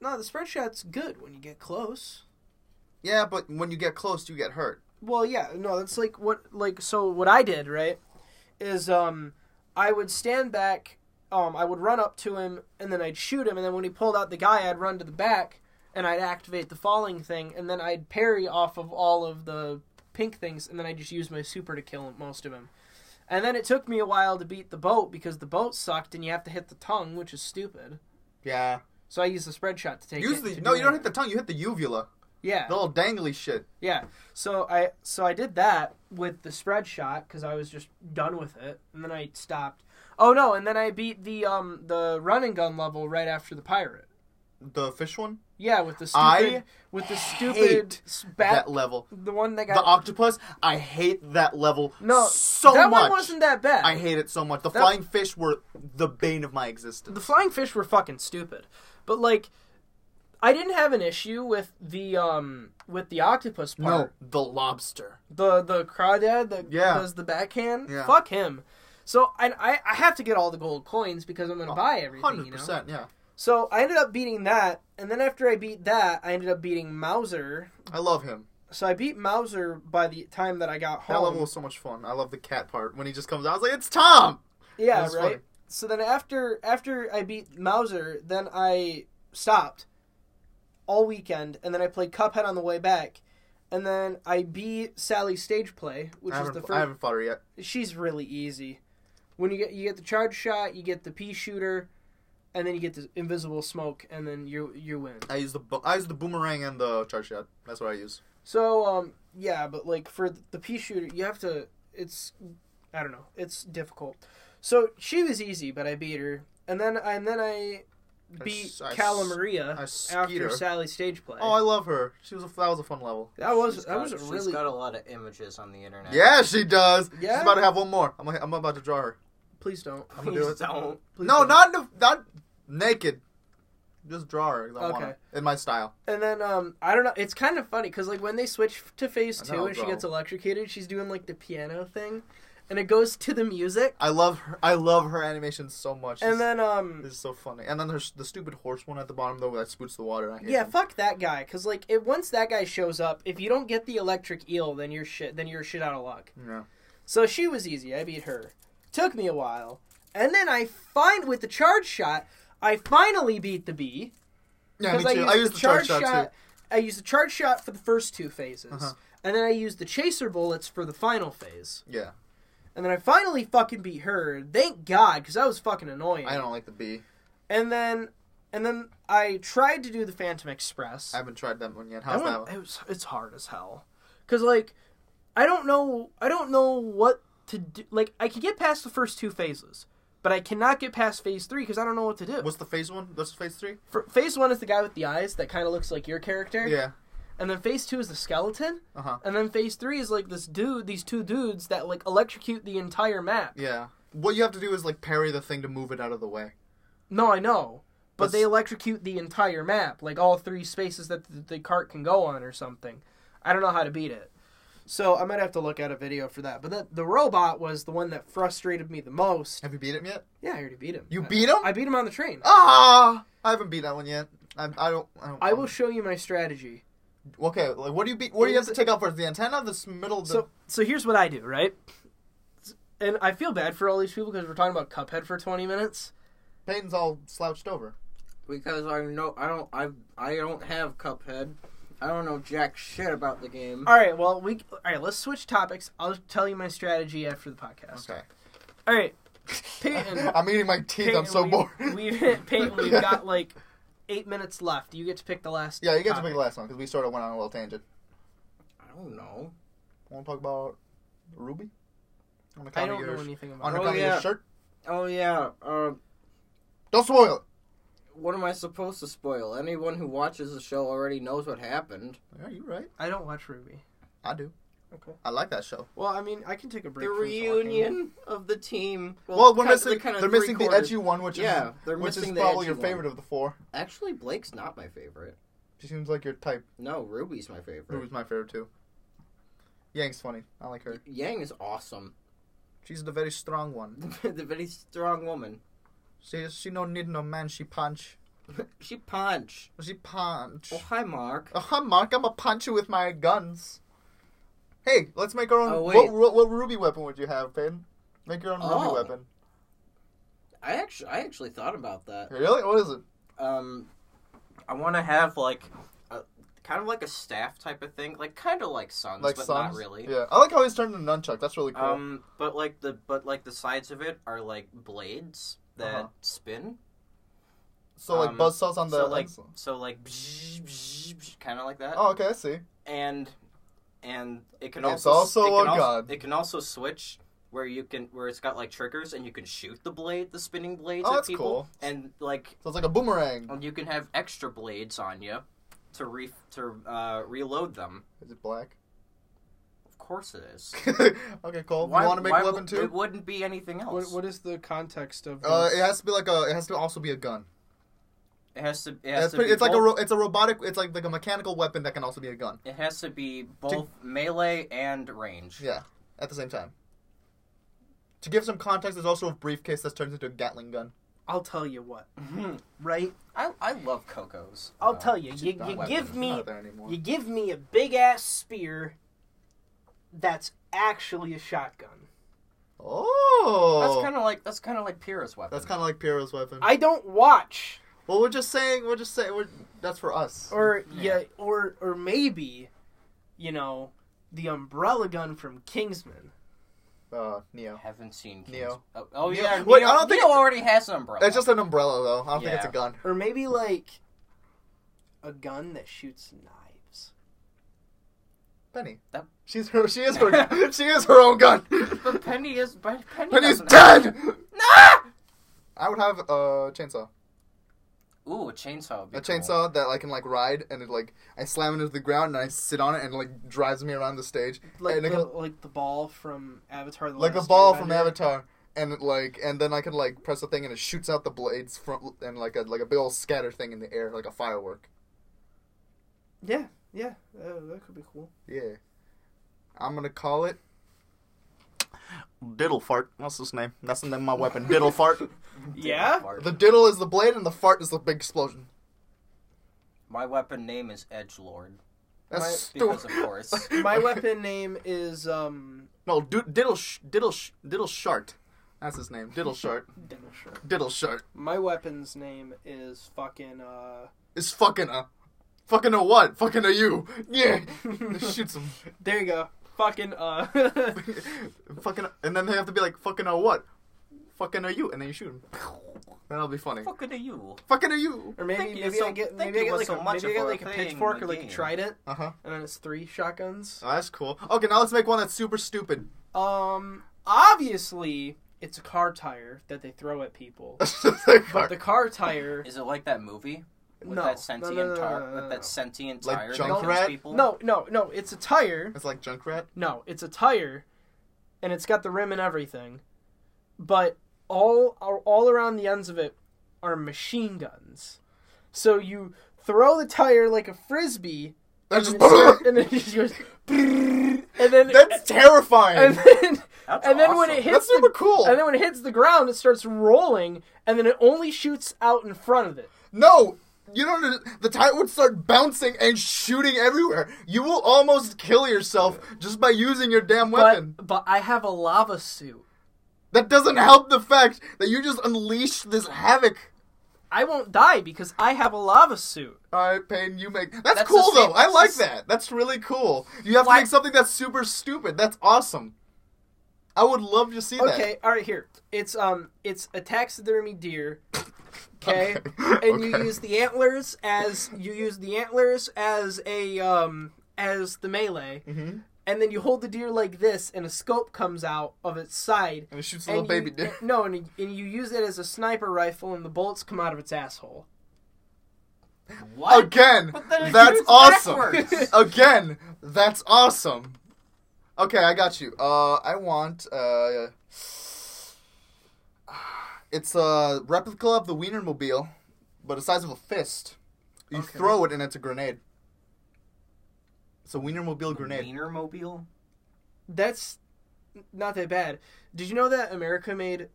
[SPEAKER 2] No, the spread shot's good when you get close.
[SPEAKER 1] Yeah, but when you get close, you get hurt.
[SPEAKER 2] Well, yeah, no, that's like what like so what I did, right? Is um I would stand back, um I would run up to him and then I'd shoot him and then when he pulled out the guy, I'd run to the back and I'd activate the falling thing and then I'd parry off of all of the pink things and then I just used my super to kill most of him. And then it took me a while to beat the boat because the boat sucked and you have to hit the tongue, which is stupid.
[SPEAKER 1] Yeah.
[SPEAKER 2] So I used the spread shot to take
[SPEAKER 1] Use
[SPEAKER 2] it-
[SPEAKER 1] the.
[SPEAKER 2] to
[SPEAKER 1] No,
[SPEAKER 2] do
[SPEAKER 1] you don't
[SPEAKER 2] that.
[SPEAKER 1] hit the tongue. You hit the uvula.
[SPEAKER 2] Yeah.
[SPEAKER 1] The little dangly shit.
[SPEAKER 2] Yeah. So I so I did that with the spread shot because I was just done with it, and then I stopped. Oh no! And then I beat the um the run and gun level right after the pirate.
[SPEAKER 1] The fish one.
[SPEAKER 2] Yeah, with the
[SPEAKER 1] I
[SPEAKER 2] stupid with the stupid s- bat
[SPEAKER 1] that level.
[SPEAKER 2] the one that got
[SPEAKER 1] The octopus. I hate that level.
[SPEAKER 2] no
[SPEAKER 1] so
[SPEAKER 2] that
[SPEAKER 1] much.
[SPEAKER 2] one wasn't that bad.
[SPEAKER 1] I hate it so much. The
[SPEAKER 2] That-
[SPEAKER 1] flying fish were the bane of my existence.
[SPEAKER 2] the flying fish were fucking stupid, but like I didn't have an issue with the um with the octopus part.
[SPEAKER 1] no, the lobster.
[SPEAKER 2] the the crawdad that
[SPEAKER 1] Yeah.
[SPEAKER 2] does the backhand.
[SPEAKER 1] Yeah.
[SPEAKER 2] Fuck him. So and I, I have to get all the gold coins because I'm gonna
[SPEAKER 1] Oh,
[SPEAKER 2] buy everything.
[SPEAKER 1] Hundred
[SPEAKER 2] You know.
[SPEAKER 1] percent, yeah.
[SPEAKER 2] So I ended up beating that, and then after I beat that, I ended up beating Mauser.
[SPEAKER 1] I love him.
[SPEAKER 2] So I beat Mauser by the time that I got
[SPEAKER 1] That
[SPEAKER 2] home.
[SPEAKER 1] level was so much fun. I love the cat part when he just comes out. I was like, "It's Tom." That
[SPEAKER 2] yeah, right.
[SPEAKER 1] was funny.
[SPEAKER 2] So then after after I beat Mauser, then I stopped all weekend, and then I played Cuphead on the way back, and then I beat Sally's stage play, which
[SPEAKER 1] I
[SPEAKER 2] is
[SPEAKER 1] haven't, I
[SPEAKER 2] the first.
[SPEAKER 1] haven't fought her yet.
[SPEAKER 2] She's really easy. When you get you get the charge shot, you get the pea shooter, and then you get the invisible smoke, and then you you win.
[SPEAKER 1] I use the bo- I use the boomerang and the charge shot. That's what I use.
[SPEAKER 2] So um yeah, but like for th- the pea shooter, you have to. It's I don't know. It's difficult. So she was easy, but I beat her, and then and then I
[SPEAKER 1] I
[SPEAKER 2] beat
[SPEAKER 1] s- I s-
[SPEAKER 2] Calamaria
[SPEAKER 1] I skeet
[SPEAKER 2] after
[SPEAKER 1] her.
[SPEAKER 2] Sally's stage play.
[SPEAKER 1] Oh, I love her. She was a, that was a fun level.
[SPEAKER 2] that was
[SPEAKER 4] She's
[SPEAKER 2] that
[SPEAKER 4] got-
[SPEAKER 2] was a
[SPEAKER 4] She's
[SPEAKER 2] really
[SPEAKER 4] got a lot of images on the internet.
[SPEAKER 1] Yeah, she does.
[SPEAKER 2] Yeah?
[SPEAKER 1] She's about to have one more. I'm, I'm about to draw her.
[SPEAKER 2] please don't
[SPEAKER 1] I'm gonna do
[SPEAKER 4] Please
[SPEAKER 1] it.
[SPEAKER 4] don't.
[SPEAKER 2] please
[SPEAKER 1] no,
[SPEAKER 2] don't.
[SPEAKER 1] not the, not naked. Just draw her. 'cause I want
[SPEAKER 2] Okay.
[SPEAKER 1] her. in my style.
[SPEAKER 2] and then um I don't know. It's kind of funny because like when they switch to phase
[SPEAKER 1] I
[SPEAKER 2] two
[SPEAKER 1] know,
[SPEAKER 2] and she
[SPEAKER 1] bro.
[SPEAKER 2] gets electrocuted, she's doing like the piano thing, and it goes to the music,
[SPEAKER 1] I love her. I love her animation so much.
[SPEAKER 2] and
[SPEAKER 1] She's-
[SPEAKER 2] then um
[SPEAKER 1] This is so funny. And then there's the stupid horse one at the bottom though that spoots the water. I hate
[SPEAKER 2] Yeah,
[SPEAKER 1] him.
[SPEAKER 2] fuck that guy. Cause like, it, once that guy shows up, if you don't get the electric eel, then you're shit. Then you're shit out of luck.
[SPEAKER 1] yeah.
[SPEAKER 2] So she was easy. I beat her. Took me a while, and then I find with the charge shot, I finally beat the bee
[SPEAKER 1] Yeah, me too. I used, the charge, shot too.
[SPEAKER 2] I used the charge shot for the first two phases,
[SPEAKER 1] Uh-huh.
[SPEAKER 2] and then I used the chaser bullets for the final phase.
[SPEAKER 1] Yeah,
[SPEAKER 2] And then I finally fucking beat her. Thank God, because that was fucking annoying.
[SPEAKER 1] I don't like the bee.
[SPEAKER 2] And then, and then I tried to do the Phantom Express.
[SPEAKER 1] I haven't tried that one yet. How's that
[SPEAKER 2] I went-
[SPEAKER 1] one?
[SPEAKER 2] It was, it's hard as hell. Cause like, I don't know, I don't know what to do. Like, I can get past the first two phases, but I cannot get past phase three because I don't know what to do.
[SPEAKER 1] What's the phase one? What's phase three?
[SPEAKER 2] For, phase one is the guy with the eyes that kind of looks like your character,
[SPEAKER 1] Yeah.
[SPEAKER 2] and then phase two is the skeleton,
[SPEAKER 1] Uh huh.
[SPEAKER 2] and then phase three is like this dude, these two dudes that like electrocute the entire map.
[SPEAKER 1] Yeah. What you have to do is like parry the thing to move it out of the way.
[SPEAKER 2] No, I know. But
[SPEAKER 1] That's-
[SPEAKER 2] they electrocute the entire map, like all three spaces that the, the cart can go on or something. I don't know how to beat it. So I might have to look at a video for that. But the, the robot was the one that frustrated me the most.
[SPEAKER 1] Have you beat him yet?
[SPEAKER 2] Yeah, I already beat him.
[SPEAKER 1] You
[SPEAKER 2] I-
[SPEAKER 1] beat him?
[SPEAKER 2] Uh, I beat him on the train.
[SPEAKER 1] Ah, I haven't beat that one yet. I, I don't. I don't.
[SPEAKER 2] I will show you my strategy.
[SPEAKER 1] Okay, like what do you beat? What do you have to take out first? The antenna, this middle. The,
[SPEAKER 2] So so here's what I do, right? And I feel bad for all these people because we're talking about Cuphead for 20 minutes.
[SPEAKER 1] Peyton's all slouched over.
[SPEAKER 4] Because I know I don't I I don't have Cuphead. I don't know jack shit about the game.
[SPEAKER 2] All right, well, we all right, let's switch topics. I'll tell you my strategy after the podcast.
[SPEAKER 1] Okay.
[SPEAKER 2] All right. Peyton,
[SPEAKER 1] I'm eating my teeth. I'm so
[SPEAKER 2] we,
[SPEAKER 1] bored.
[SPEAKER 2] We've Peyton, we've got like eight minutes left. You get to pick the last.
[SPEAKER 1] yeah, you get to
[SPEAKER 2] topic.
[SPEAKER 1] pick the last one because we sort of went on a little tangent.
[SPEAKER 4] I don't know.
[SPEAKER 1] Want to talk about Ruby? On account
[SPEAKER 2] I
[SPEAKER 1] of
[SPEAKER 2] don't know
[SPEAKER 1] your-
[SPEAKER 2] anything about.
[SPEAKER 1] On
[SPEAKER 2] it.
[SPEAKER 4] Oh,
[SPEAKER 1] account of
[SPEAKER 4] yeah.
[SPEAKER 1] your shirt.
[SPEAKER 4] Oh yeah. Uh,
[SPEAKER 1] Don't spoil it.
[SPEAKER 4] what am I supposed to spoil? Anyone who watches the show already knows what happened.
[SPEAKER 1] Yeah, you're right.
[SPEAKER 2] I don't watch Ruby.
[SPEAKER 1] I do.
[SPEAKER 2] Okay.
[SPEAKER 1] I like that show.
[SPEAKER 2] Well, I mean, I can take a break.
[SPEAKER 4] The
[SPEAKER 2] from talking.
[SPEAKER 4] reunion of the team.
[SPEAKER 1] Well, we're
[SPEAKER 4] kind-
[SPEAKER 1] missing.
[SPEAKER 4] kind of
[SPEAKER 1] they're
[SPEAKER 4] three
[SPEAKER 1] missing the
[SPEAKER 4] quarters.
[SPEAKER 1] edgy one, which
[SPEAKER 4] Yeah, they're
[SPEAKER 1] is which is
[SPEAKER 4] missing the edgy
[SPEAKER 1] probably your
[SPEAKER 4] one.
[SPEAKER 1] favorite of the four.
[SPEAKER 4] Actually, Blake's not my favorite.
[SPEAKER 1] She seems like your type.
[SPEAKER 4] No, Ruby's my favorite.
[SPEAKER 1] Ruby's my favorite too. Yang's funny. I like her.
[SPEAKER 4] Yang is awesome.
[SPEAKER 1] She's the very strong one.
[SPEAKER 4] the very strong woman.
[SPEAKER 1] She she no need no man. She punch.
[SPEAKER 4] She punch.
[SPEAKER 1] She punch.
[SPEAKER 4] Oh hi, Mark.
[SPEAKER 1] Oh, hi, Mark. I'm a punch you with my guns. Hey, let's make our own.
[SPEAKER 4] Oh,
[SPEAKER 1] what,
[SPEAKER 4] wait.
[SPEAKER 1] what, what ruby weapon would you have, Peyton? Make your own ruby
[SPEAKER 4] Oh.
[SPEAKER 1] weapon.
[SPEAKER 4] I actually I actually thought about that.
[SPEAKER 1] Really? What is it?
[SPEAKER 4] Um, I want to have like a,
[SPEAKER 3] Kind of like a staff type of thing, like kind of like Suns,
[SPEAKER 1] Like
[SPEAKER 3] but
[SPEAKER 1] suns?
[SPEAKER 3] not really.
[SPEAKER 1] Yeah. I like how he's turned into nunchuck. That's really cool.
[SPEAKER 3] Um, but like the but like the sides of it are like blades that
[SPEAKER 1] Uh-huh.
[SPEAKER 3] spin.
[SPEAKER 1] so like
[SPEAKER 3] um,
[SPEAKER 1] buzz saws on the
[SPEAKER 3] so like
[SPEAKER 1] legs.
[SPEAKER 3] so like kind of like that.
[SPEAKER 1] Oh, okay. I see.
[SPEAKER 3] and and it can
[SPEAKER 1] It's also
[SPEAKER 3] also it can
[SPEAKER 1] a
[SPEAKER 3] also,
[SPEAKER 1] gun.
[SPEAKER 3] It can also switch where you can where it's got like triggers and you can shoot the blade, the spinning blades
[SPEAKER 1] Oh,
[SPEAKER 3] at
[SPEAKER 1] that's
[SPEAKER 3] people,
[SPEAKER 1] cool.
[SPEAKER 3] and like
[SPEAKER 1] So it's like a boomerang.
[SPEAKER 3] you can have extra blades on you to re to uh, reload them.
[SPEAKER 1] Is it black?
[SPEAKER 3] Of course it is.
[SPEAKER 1] okay, Cole. You want to make a weapon
[SPEAKER 3] would- It
[SPEAKER 1] too?
[SPEAKER 3] wouldn't be anything else.
[SPEAKER 2] What, what is the context of?
[SPEAKER 1] Uh,
[SPEAKER 2] this?
[SPEAKER 1] it has to be like a. It has to also be a gun.
[SPEAKER 3] it has to. It has
[SPEAKER 1] It's,
[SPEAKER 3] to
[SPEAKER 1] pretty,
[SPEAKER 3] be
[SPEAKER 1] it's like a.
[SPEAKER 3] both-
[SPEAKER 1] Ro- it's a robotic. It's like like a mechanical weapon that can also be a gun.
[SPEAKER 3] It has to be both melee and range.
[SPEAKER 1] Yeah, at the same time. To give some context, there's also a briefcase that turns into a Gatling gun.
[SPEAKER 2] I'll tell you what, right?
[SPEAKER 3] I, I love Coco's.
[SPEAKER 2] I'll
[SPEAKER 3] uh,
[SPEAKER 2] tell you.
[SPEAKER 1] It's
[SPEAKER 2] You,
[SPEAKER 1] not
[SPEAKER 2] you
[SPEAKER 1] weapons,
[SPEAKER 2] give
[SPEAKER 1] it's
[SPEAKER 2] me
[SPEAKER 1] not there anymore.
[SPEAKER 2] you give me a big ass spear that's actually a shotgun.
[SPEAKER 1] Oh,
[SPEAKER 3] That's kind of like that's kind of like Pyrrha's weapon.
[SPEAKER 1] That's kind of like Piero's weapon.
[SPEAKER 2] I don't watch
[SPEAKER 1] well, we're just saying. We're just saying. We're, that's for us.
[SPEAKER 2] or yeah.
[SPEAKER 3] Yeah.
[SPEAKER 2] or or maybe you know the umbrella gun from Kingsman.
[SPEAKER 1] uh, Neo.
[SPEAKER 3] haven't seen Kings.
[SPEAKER 1] Neo.
[SPEAKER 3] Oh, oh
[SPEAKER 1] Neo-
[SPEAKER 3] yeah,
[SPEAKER 1] Wait,
[SPEAKER 3] Neo-
[SPEAKER 1] I don't think-
[SPEAKER 3] Neo already has an umbrella.
[SPEAKER 1] It's just an umbrella, though. I don't think it's a
[SPEAKER 3] Yeah.
[SPEAKER 1] gun.
[SPEAKER 2] Or maybe like a gun that shoots knives.
[SPEAKER 1] Penny.
[SPEAKER 3] That-
[SPEAKER 1] She's her. She is her. she is her own gun.
[SPEAKER 3] But Penny is but Penny
[SPEAKER 1] Penny's
[SPEAKER 3] doesn't have-
[SPEAKER 1] dead. I would have a chainsaw.
[SPEAKER 3] Ooh, a chainsaw. Would be
[SPEAKER 1] A
[SPEAKER 3] cool.
[SPEAKER 1] chainsaw that I can like ride and it like I slam it into the ground and I sit on it and it, like drives me around the stage.
[SPEAKER 2] Like
[SPEAKER 1] and it
[SPEAKER 2] the,
[SPEAKER 1] can-
[SPEAKER 2] like the ball from Avatar the
[SPEAKER 1] like the
[SPEAKER 2] Last
[SPEAKER 1] ball from
[SPEAKER 2] Airbender.
[SPEAKER 1] Avatar. And it, like and then I can like press a thing and it shoots out the blades from and like a like a big old scatter thing in the air like a firework.
[SPEAKER 2] Yeah, yeah, uh, that could be cool.
[SPEAKER 1] Yeah. I'm gonna call it Diddle Fart. What's his name? That's the name of my weapon. Diddle Fart.
[SPEAKER 2] Yeah?
[SPEAKER 1] The diddle is the blade and the fart is the big explosion.
[SPEAKER 3] My weapon name is Edge Lord
[SPEAKER 1] That's
[SPEAKER 3] because
[SPEAKER 1] stupid.
[SPEAKER 3] of course.
[SPEAKER 2] My weapon name is um
[SPEAKER 1] No, du- diddle sh- diddle sh- diddle shart. That's his name. Diddle shart.
[SPEAKER 2] dental shirt.
[SPEAKER 1] Diddle shart.
[SPEAKER 2] My weapon's name is fucking uh
[SPEAKER 1] It's fucking a fucking a what? Fucking a you. Yeah. Shoots him.
[SPEAKER 2] there you go. Fucking uh
[SPEAKER 1] fucking a- and then they have to be like fucking a what? Fucking a you and then you shoot him. That'll be funny.
[SPEAKER 3] Fucking are you?
[SPEAKER 1] Fucking a you.
[SPEAKER 2] Or maybe
[SPEAKER 3] Thank you
[SPEAKER 2] maybe
[SPEAKER 3] so-
[SPEAKER 2] I get
[SPEAKER 3] thank
[SPEAKER 2] maybe I
[SPEAKER 3] you
[SPEAKER 2] get like
[SPEAKER 3] so
[SPEAKER 2] a,
[SPEAKER 3] much
[SPEAKER 2] maybe I get
[SPEAKER 3] for
[SPEAKER 2] like a
[SPEAKER 3] playing
[SPEAKER 2] pitchfork
[SPEAKER 3] the
[SPEAKER 2] or like a
[SPEAKER 3] game.
[SPEAKER 2] trident,
[SPEAKER 1] Uh huh.
[SPEAKER 2] and then it's three shotguns.
[SPEAKER 1] Oh, that's cool. Okay, now let's make one that's super stupid.
[SPEAKER 3] Uh-huh.
[SPEAKER 2] Um, obviously it's a car tire that they throw at people, but the car tire.
[SPEAKER 3] Is it like that movie with
[SPEAKER 2] No.
[SPEAKER 3] that
[SPEAKER 2] No,
[SPEAKER 3] sentient
[SPEAKER 2] no, no, no,
[SPEAKER 3] tar-
[SPEAKER 2] no,
[SPEAKER 3] with
[SPEAKER 2] no, no.
[SPEAKER 3] that sentient
[SPEAKER 1] Like
[SPEAKER 3] tire that
[SPEAKER 1] Junkrat?
[SPEAKER 3] kills people?
[SPEAKER 2] No, no, no. It's a tire.
[SPEAKER 1] it's like Junkrat.
[SPEAKER 2] No, it's a tire, and it's got the rim and everything, but all all around the ends of it are machine guns. So you throw the tire like a frisbee,
[SPEAKER 1] That's
[SPEAKER 2] and,
[SPEAKER 1] just.
[SPEAKER 2] it sort- and then it just goes, and then
[SPEAKER 1] That's terrifying.
[SPEAKER 2] and then
[SPEAKER 3] That's
[SPEAKER 2] and then when
[SPEAKER 3] awesome.
[SPEAKER 2] it hits
[SPEAKER 1] That's super
[SPEAKER 2] the,
[SPEAKER 1] cool.
[SPEAKER 2] and then when it hits the ground it starts rolling and then it only shoots out in front of it
[SPEAKER 1] No, you don't. under- The tire would start bouncing and shooting everywhere. You will almost kill yourself just by using your damn weapon.
[SPEAKER 2] but but i have a lava suit
[SPEAKER 1] that doesn't help the fact that you just unleashed this havoc.
[SPEAKER 2] i won't die because i have a lava suit
[SPEAKER 1] All right, Payne, you make. That's,
[SPEAKER 3] That's
[SPEAKER 1] cool
[SPEAKER 3] the same-
[SPEAKER 1] though. I
[SPEAKER 3] that's
[SPEAKER 1] like
[SPEAKER 3] the s-
[SPEAKER 1] that. That's really cool. You have
[SPEAKER 3] Why-
[SPEAKER 1] to make something that's super stupid. That's awesome. I would love to see
[SPEAKER 2] okay all right here it's um it's a taxidermy deer
[SPEAKER 1] Okay.
[SPEAKER 2] okay and you
[SPEAKER 1] Okay.
[SPEAKER 2] use the antlers as you use the antlers as a um as the melee
[SPEAKER 1] that. hmm
[SPEAKER 2] and then you hold the deer like this and a scope comes out of its side
[SPEAKER 1] And it shoots a little
[SPEAKER 2] you-
[SPEAKER 1] baby dick.
[SPEAKER 2] No, and, and you use it as a sniper rifle, and the bullets come out of its asshole.
[SPEAKER 3] what?
[SPEAKER 1] Again,
[SPEAKER 3] But then it
[SPEAKER 1] that's
[SPEAKER 3] shoots
[SPEAKER 1] awesome.
[SPEAKER 3] backwards.
[SPEAKER 1] Again, that's awesome. Okay, I got you. Uh, I want uh, it's a replica of the Wienermobile, but the size of a fist. You
[SPEAKER 2] Okay.
[SPEAKER 1] throw it and it's a grenade. It's a Wienermobile grenade.
[SPEAKER 3] Wienermobile?
[SPEAKER 2] That's not that bad. Did you know that America made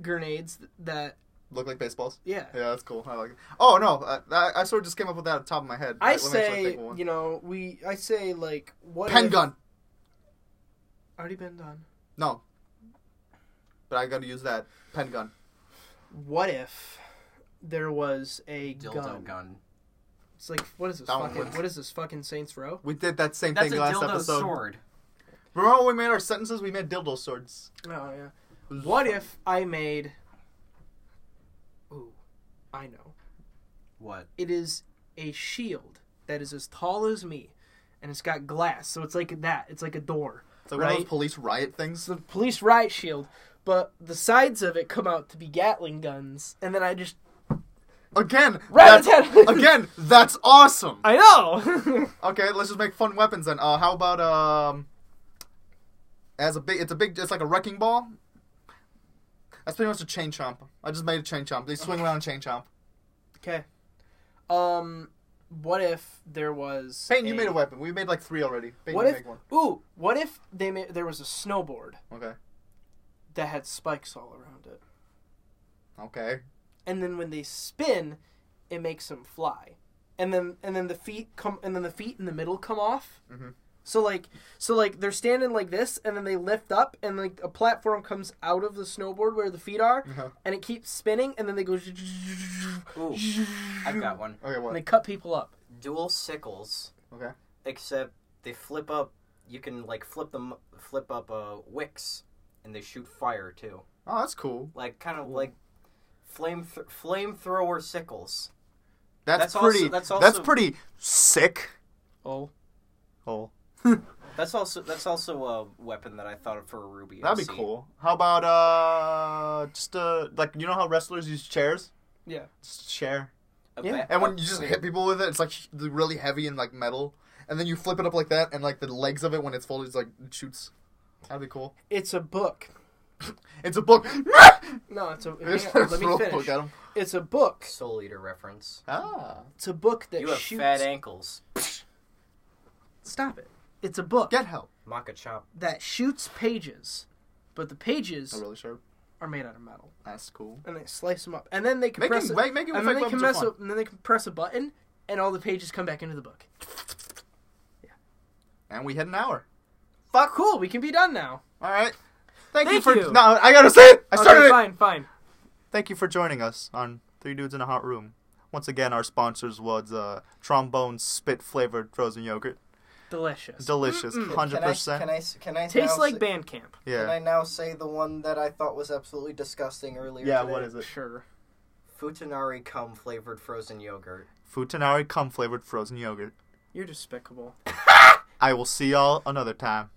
[SPEAKER 2] grenades that?
[SPEAKER 1] Look like baseballs.
[SPEAKER 2] Yeah,
[SPEAKER 1] Yeah, that's cool. I like it. Oh no, I, I, I sort of just came up with that at the top of my head. Let
[SPEAKER 2] I
[SPEAKER 1] me actually
[SPEAKER 2] say
[SPEAKER 1] think of one.
[SPEAKER 2] you know we. I say like what
[SPEAKER 1] pen
[SPEAKER 2] if-
[SPEAKER 1] gun.
[SPEAKER 2] already been done.
[SPEAKER 1] No, but I got to use that pen gun.
[SPEAKER 2] What if there was a
[SPEAKER 3] Dildo
[SPEAKER 2] gun?
[SPEAKER 3] gun.
[SPEAKER 2] It's like what is this
[SPEAKER 1] That one
[SPEAKER 2] fucking?
[SPEAKER 1] works.
[SPEAKER 2] What is this fucking Saints Row?
[SPEAKER 1] We did that same
[SPEAKER 3] That's a
[SPEAKER 1] thing last
[SPEAKER 3] dildo
[SPEAKER 1] episode.
[SPEAKER 3] sword.
[SPEAKER 1] Remember when we made our sentences? We made dildo swords.
[SPEAKER 2] Oh yeah. What if I made? Ooh, I know.
[SPEAKER 3] What?
[SPEAKER 2] it is a shield that is as tall as me and it's got glass so it's like that it's like a door
[SPEAKER 1] It's like one of those
[SPEAKER 2] Right.
[SPEAKER 1] police riot things.
[SPEAKER 2] the police riot shield but the sides of it come out to be gatling guns and then i just
[SPEAKER 1] Again,
[SPEAKER 2] Right,
[SPEAKER 1] that's,
[SPEAKER 2] Ted.
[SPEAKER 1] again, that's awesome.
[SPEAKER 2] i know
[SPEAKER 1] Okay, let's just make fun weapons then. Uh, how about um, as a big, it's a big, it's like a wrecking ball. That's pretty much a chain chomp. I just made a chain chomp. They swing around and chain chomp.
[SPEAKER 2] okay um what if there was
[SPEAKER 1] Peyton, you made a weapon. We made like three already. Peyton,
[SPEAKER 2] what
[SPEAKER 1] you
[SPEAKER 2] if
[SPEAKER 1] make one.
[SPEAKER 2] ooh what if they made there was a snowboard
[SPEAKER 1] Okay.
[SPEAKER 2] that had spikes all around it.
[SPEAKER 1] Okay.
[SPEAKER 2] And then when they spin, it makes them fly. And then and then the feet come and then the feet in the middle come off.
[SPEAKER 1] Mhm.
[SPEAKER 2] So like so like they're standing like this and then they lift up and like a platform comes out of the snowboard where the feet are
[SPEAKER 1] Uh-huh.
[SPEAKER 2] and it keeps spinning and then they go
[SPEAKER 3] Ooh, I've got one.
[SPEAKER 1] Okay.
[SPEAKER 2] and
[SPEAKER 1] What?
[SPEAKER 2] they cut people up.
[SPEAKER 3] Dual sickles,
[SPEAKER 1] Okay.
[SPEAKER 3] except they flip up. You can like flip them, flip up uh, wicks, and they shoot fire too.
[SPEAKER 1] Oh, that's cool.
[SPEAKER 3] Like kind of like flame th- flamethrower sickles.
[SPEAKER 1] That's,
[SPEAKER 3] That's also-
[SPEAKER 1] pretty.
[SPEAKER 3] that's
[SPEAKER 1] that's,
[SPEAKER 3] also-
[SPEAKER 1] pretty sick.
[SPEAKER 2] Oh.
[SPEAKER 1] Oh,
[SPEAKER 3] That's also that's also a weapon that I thought of for a Ruby.
[SPEAKER 1] that'd be
[SPEAKER 3] MC.
[SPEAKER 1] cool. How about uh, just uh, like you know how wrestlers use chairs?
[SPEAKER 2] Yeah.
[SPEAKER 1] Just chair.
[SPEAKER 3] A
[SPEAKER 2] Yeah.
[SPEAKER 3] ba-
[SPEAKER 1] And when you just hit people with it, it's like sh- really heavy and like metal. And then you flip it up like that, and like the legs of it when it's folded, it's like it shoots. That'd be cool.
[SPEAKER 2] It's a book.
[SPEAKER 1] It's a book.
[SPEAKER 2] No, it's a
[SPEAKER 1] There's
[SPEAKER 2] hang on, let
[SPEAKER 1] a
[SPEAKER 2] me
[SPEAKER 1] book
[SPEAKER 2] finish.
[SPEAKER 1] at 'em.
[SPEAKER 2] It's a book.
[SPEAKER 3] Soul Eater reference.
[SPEAKER 1] Ah,
[SPEAKER 2] It's a book that
[SPEAKER 3] You have
[SPEAKER 2] shoots
[SPEAKER 3] fat ankles.
[SPEAKER 2] Stop it. It's a book
[SPEAKER 1] get help.
[SPEAKER 3] Maka chop.
[SPEAKER 2] that shoots pages, but the pages
[SPEAKER 1] Not really sure.
[SPEAKER 2] are made out of metal,
[SPEAKER 1] That's cool.
[SPEAKER 2] and they slice them up, and then they
[SPEAKER 1] Making,
[SPEAKER 2] compress it,
[SPEAKER 1] wait, making
[SPEAKER 2] and then they
[SPEAKER 1] effect
[SPEAKER 2] can
[SPEAKER 1] weapons
[SPEAKER 2] mess
[SPEAKER 1] are fun.
[SPEAKER 2] up, and then they can press a button, and all the pages come back into the book.
[SPEAKER 1] And we hit an hour.
[SPEAKER 2] Fuck, cool. We can be done now.
[SPEAKER 1] All right. Thank, you
[SPEAKER 2] Thank
[SPEAKER 1] for.
[SPEAKER 2] you.
[SPEAKER 1] No, I gotta say it. I started
[SPEAKER 2] okay,
[SPEAKER 1] it.
[SPEAKER 2] fine, fine.
[SPEAKER 1] Thank you for joining us on Three Dudes in a Hot Room. Once again, our sponsors was uh, trombone spit flavored frozen yogurt.
[SPEAKER 2] Delicious.
[SPEAKER 1] Delicious, hundred
[SPEAKER 4] Can I, can
[SPEAKER 1] percent.
[SPEAKER 4] I, s- can I
[SPEAKER 2] Tastes
[SPEAKER 4] now
[SPEAKER 2] like
[SPEAKER 4] say-
[SPEAKER 2] Bandcamp.
[SPEAKER 4] Can
[SPEAKER 1] Yeah,
[SPEAKER 4] I now say the one that I thought was absolutely disgusting earlier?
[SPEAKER 1] yeah.
[SPEAKER 4] today?
[SPEAKER 1] What is it?
[SPEAKER 2] Sure.
[SPEAKER 3] Futanari cum flavored frozen yogurt.
[SPEAKER 1] Futanari cum flavored frozen yogurt.
[SPEAKER 2] You're despicable.
[SPEAKER 1] I will see y'all another time.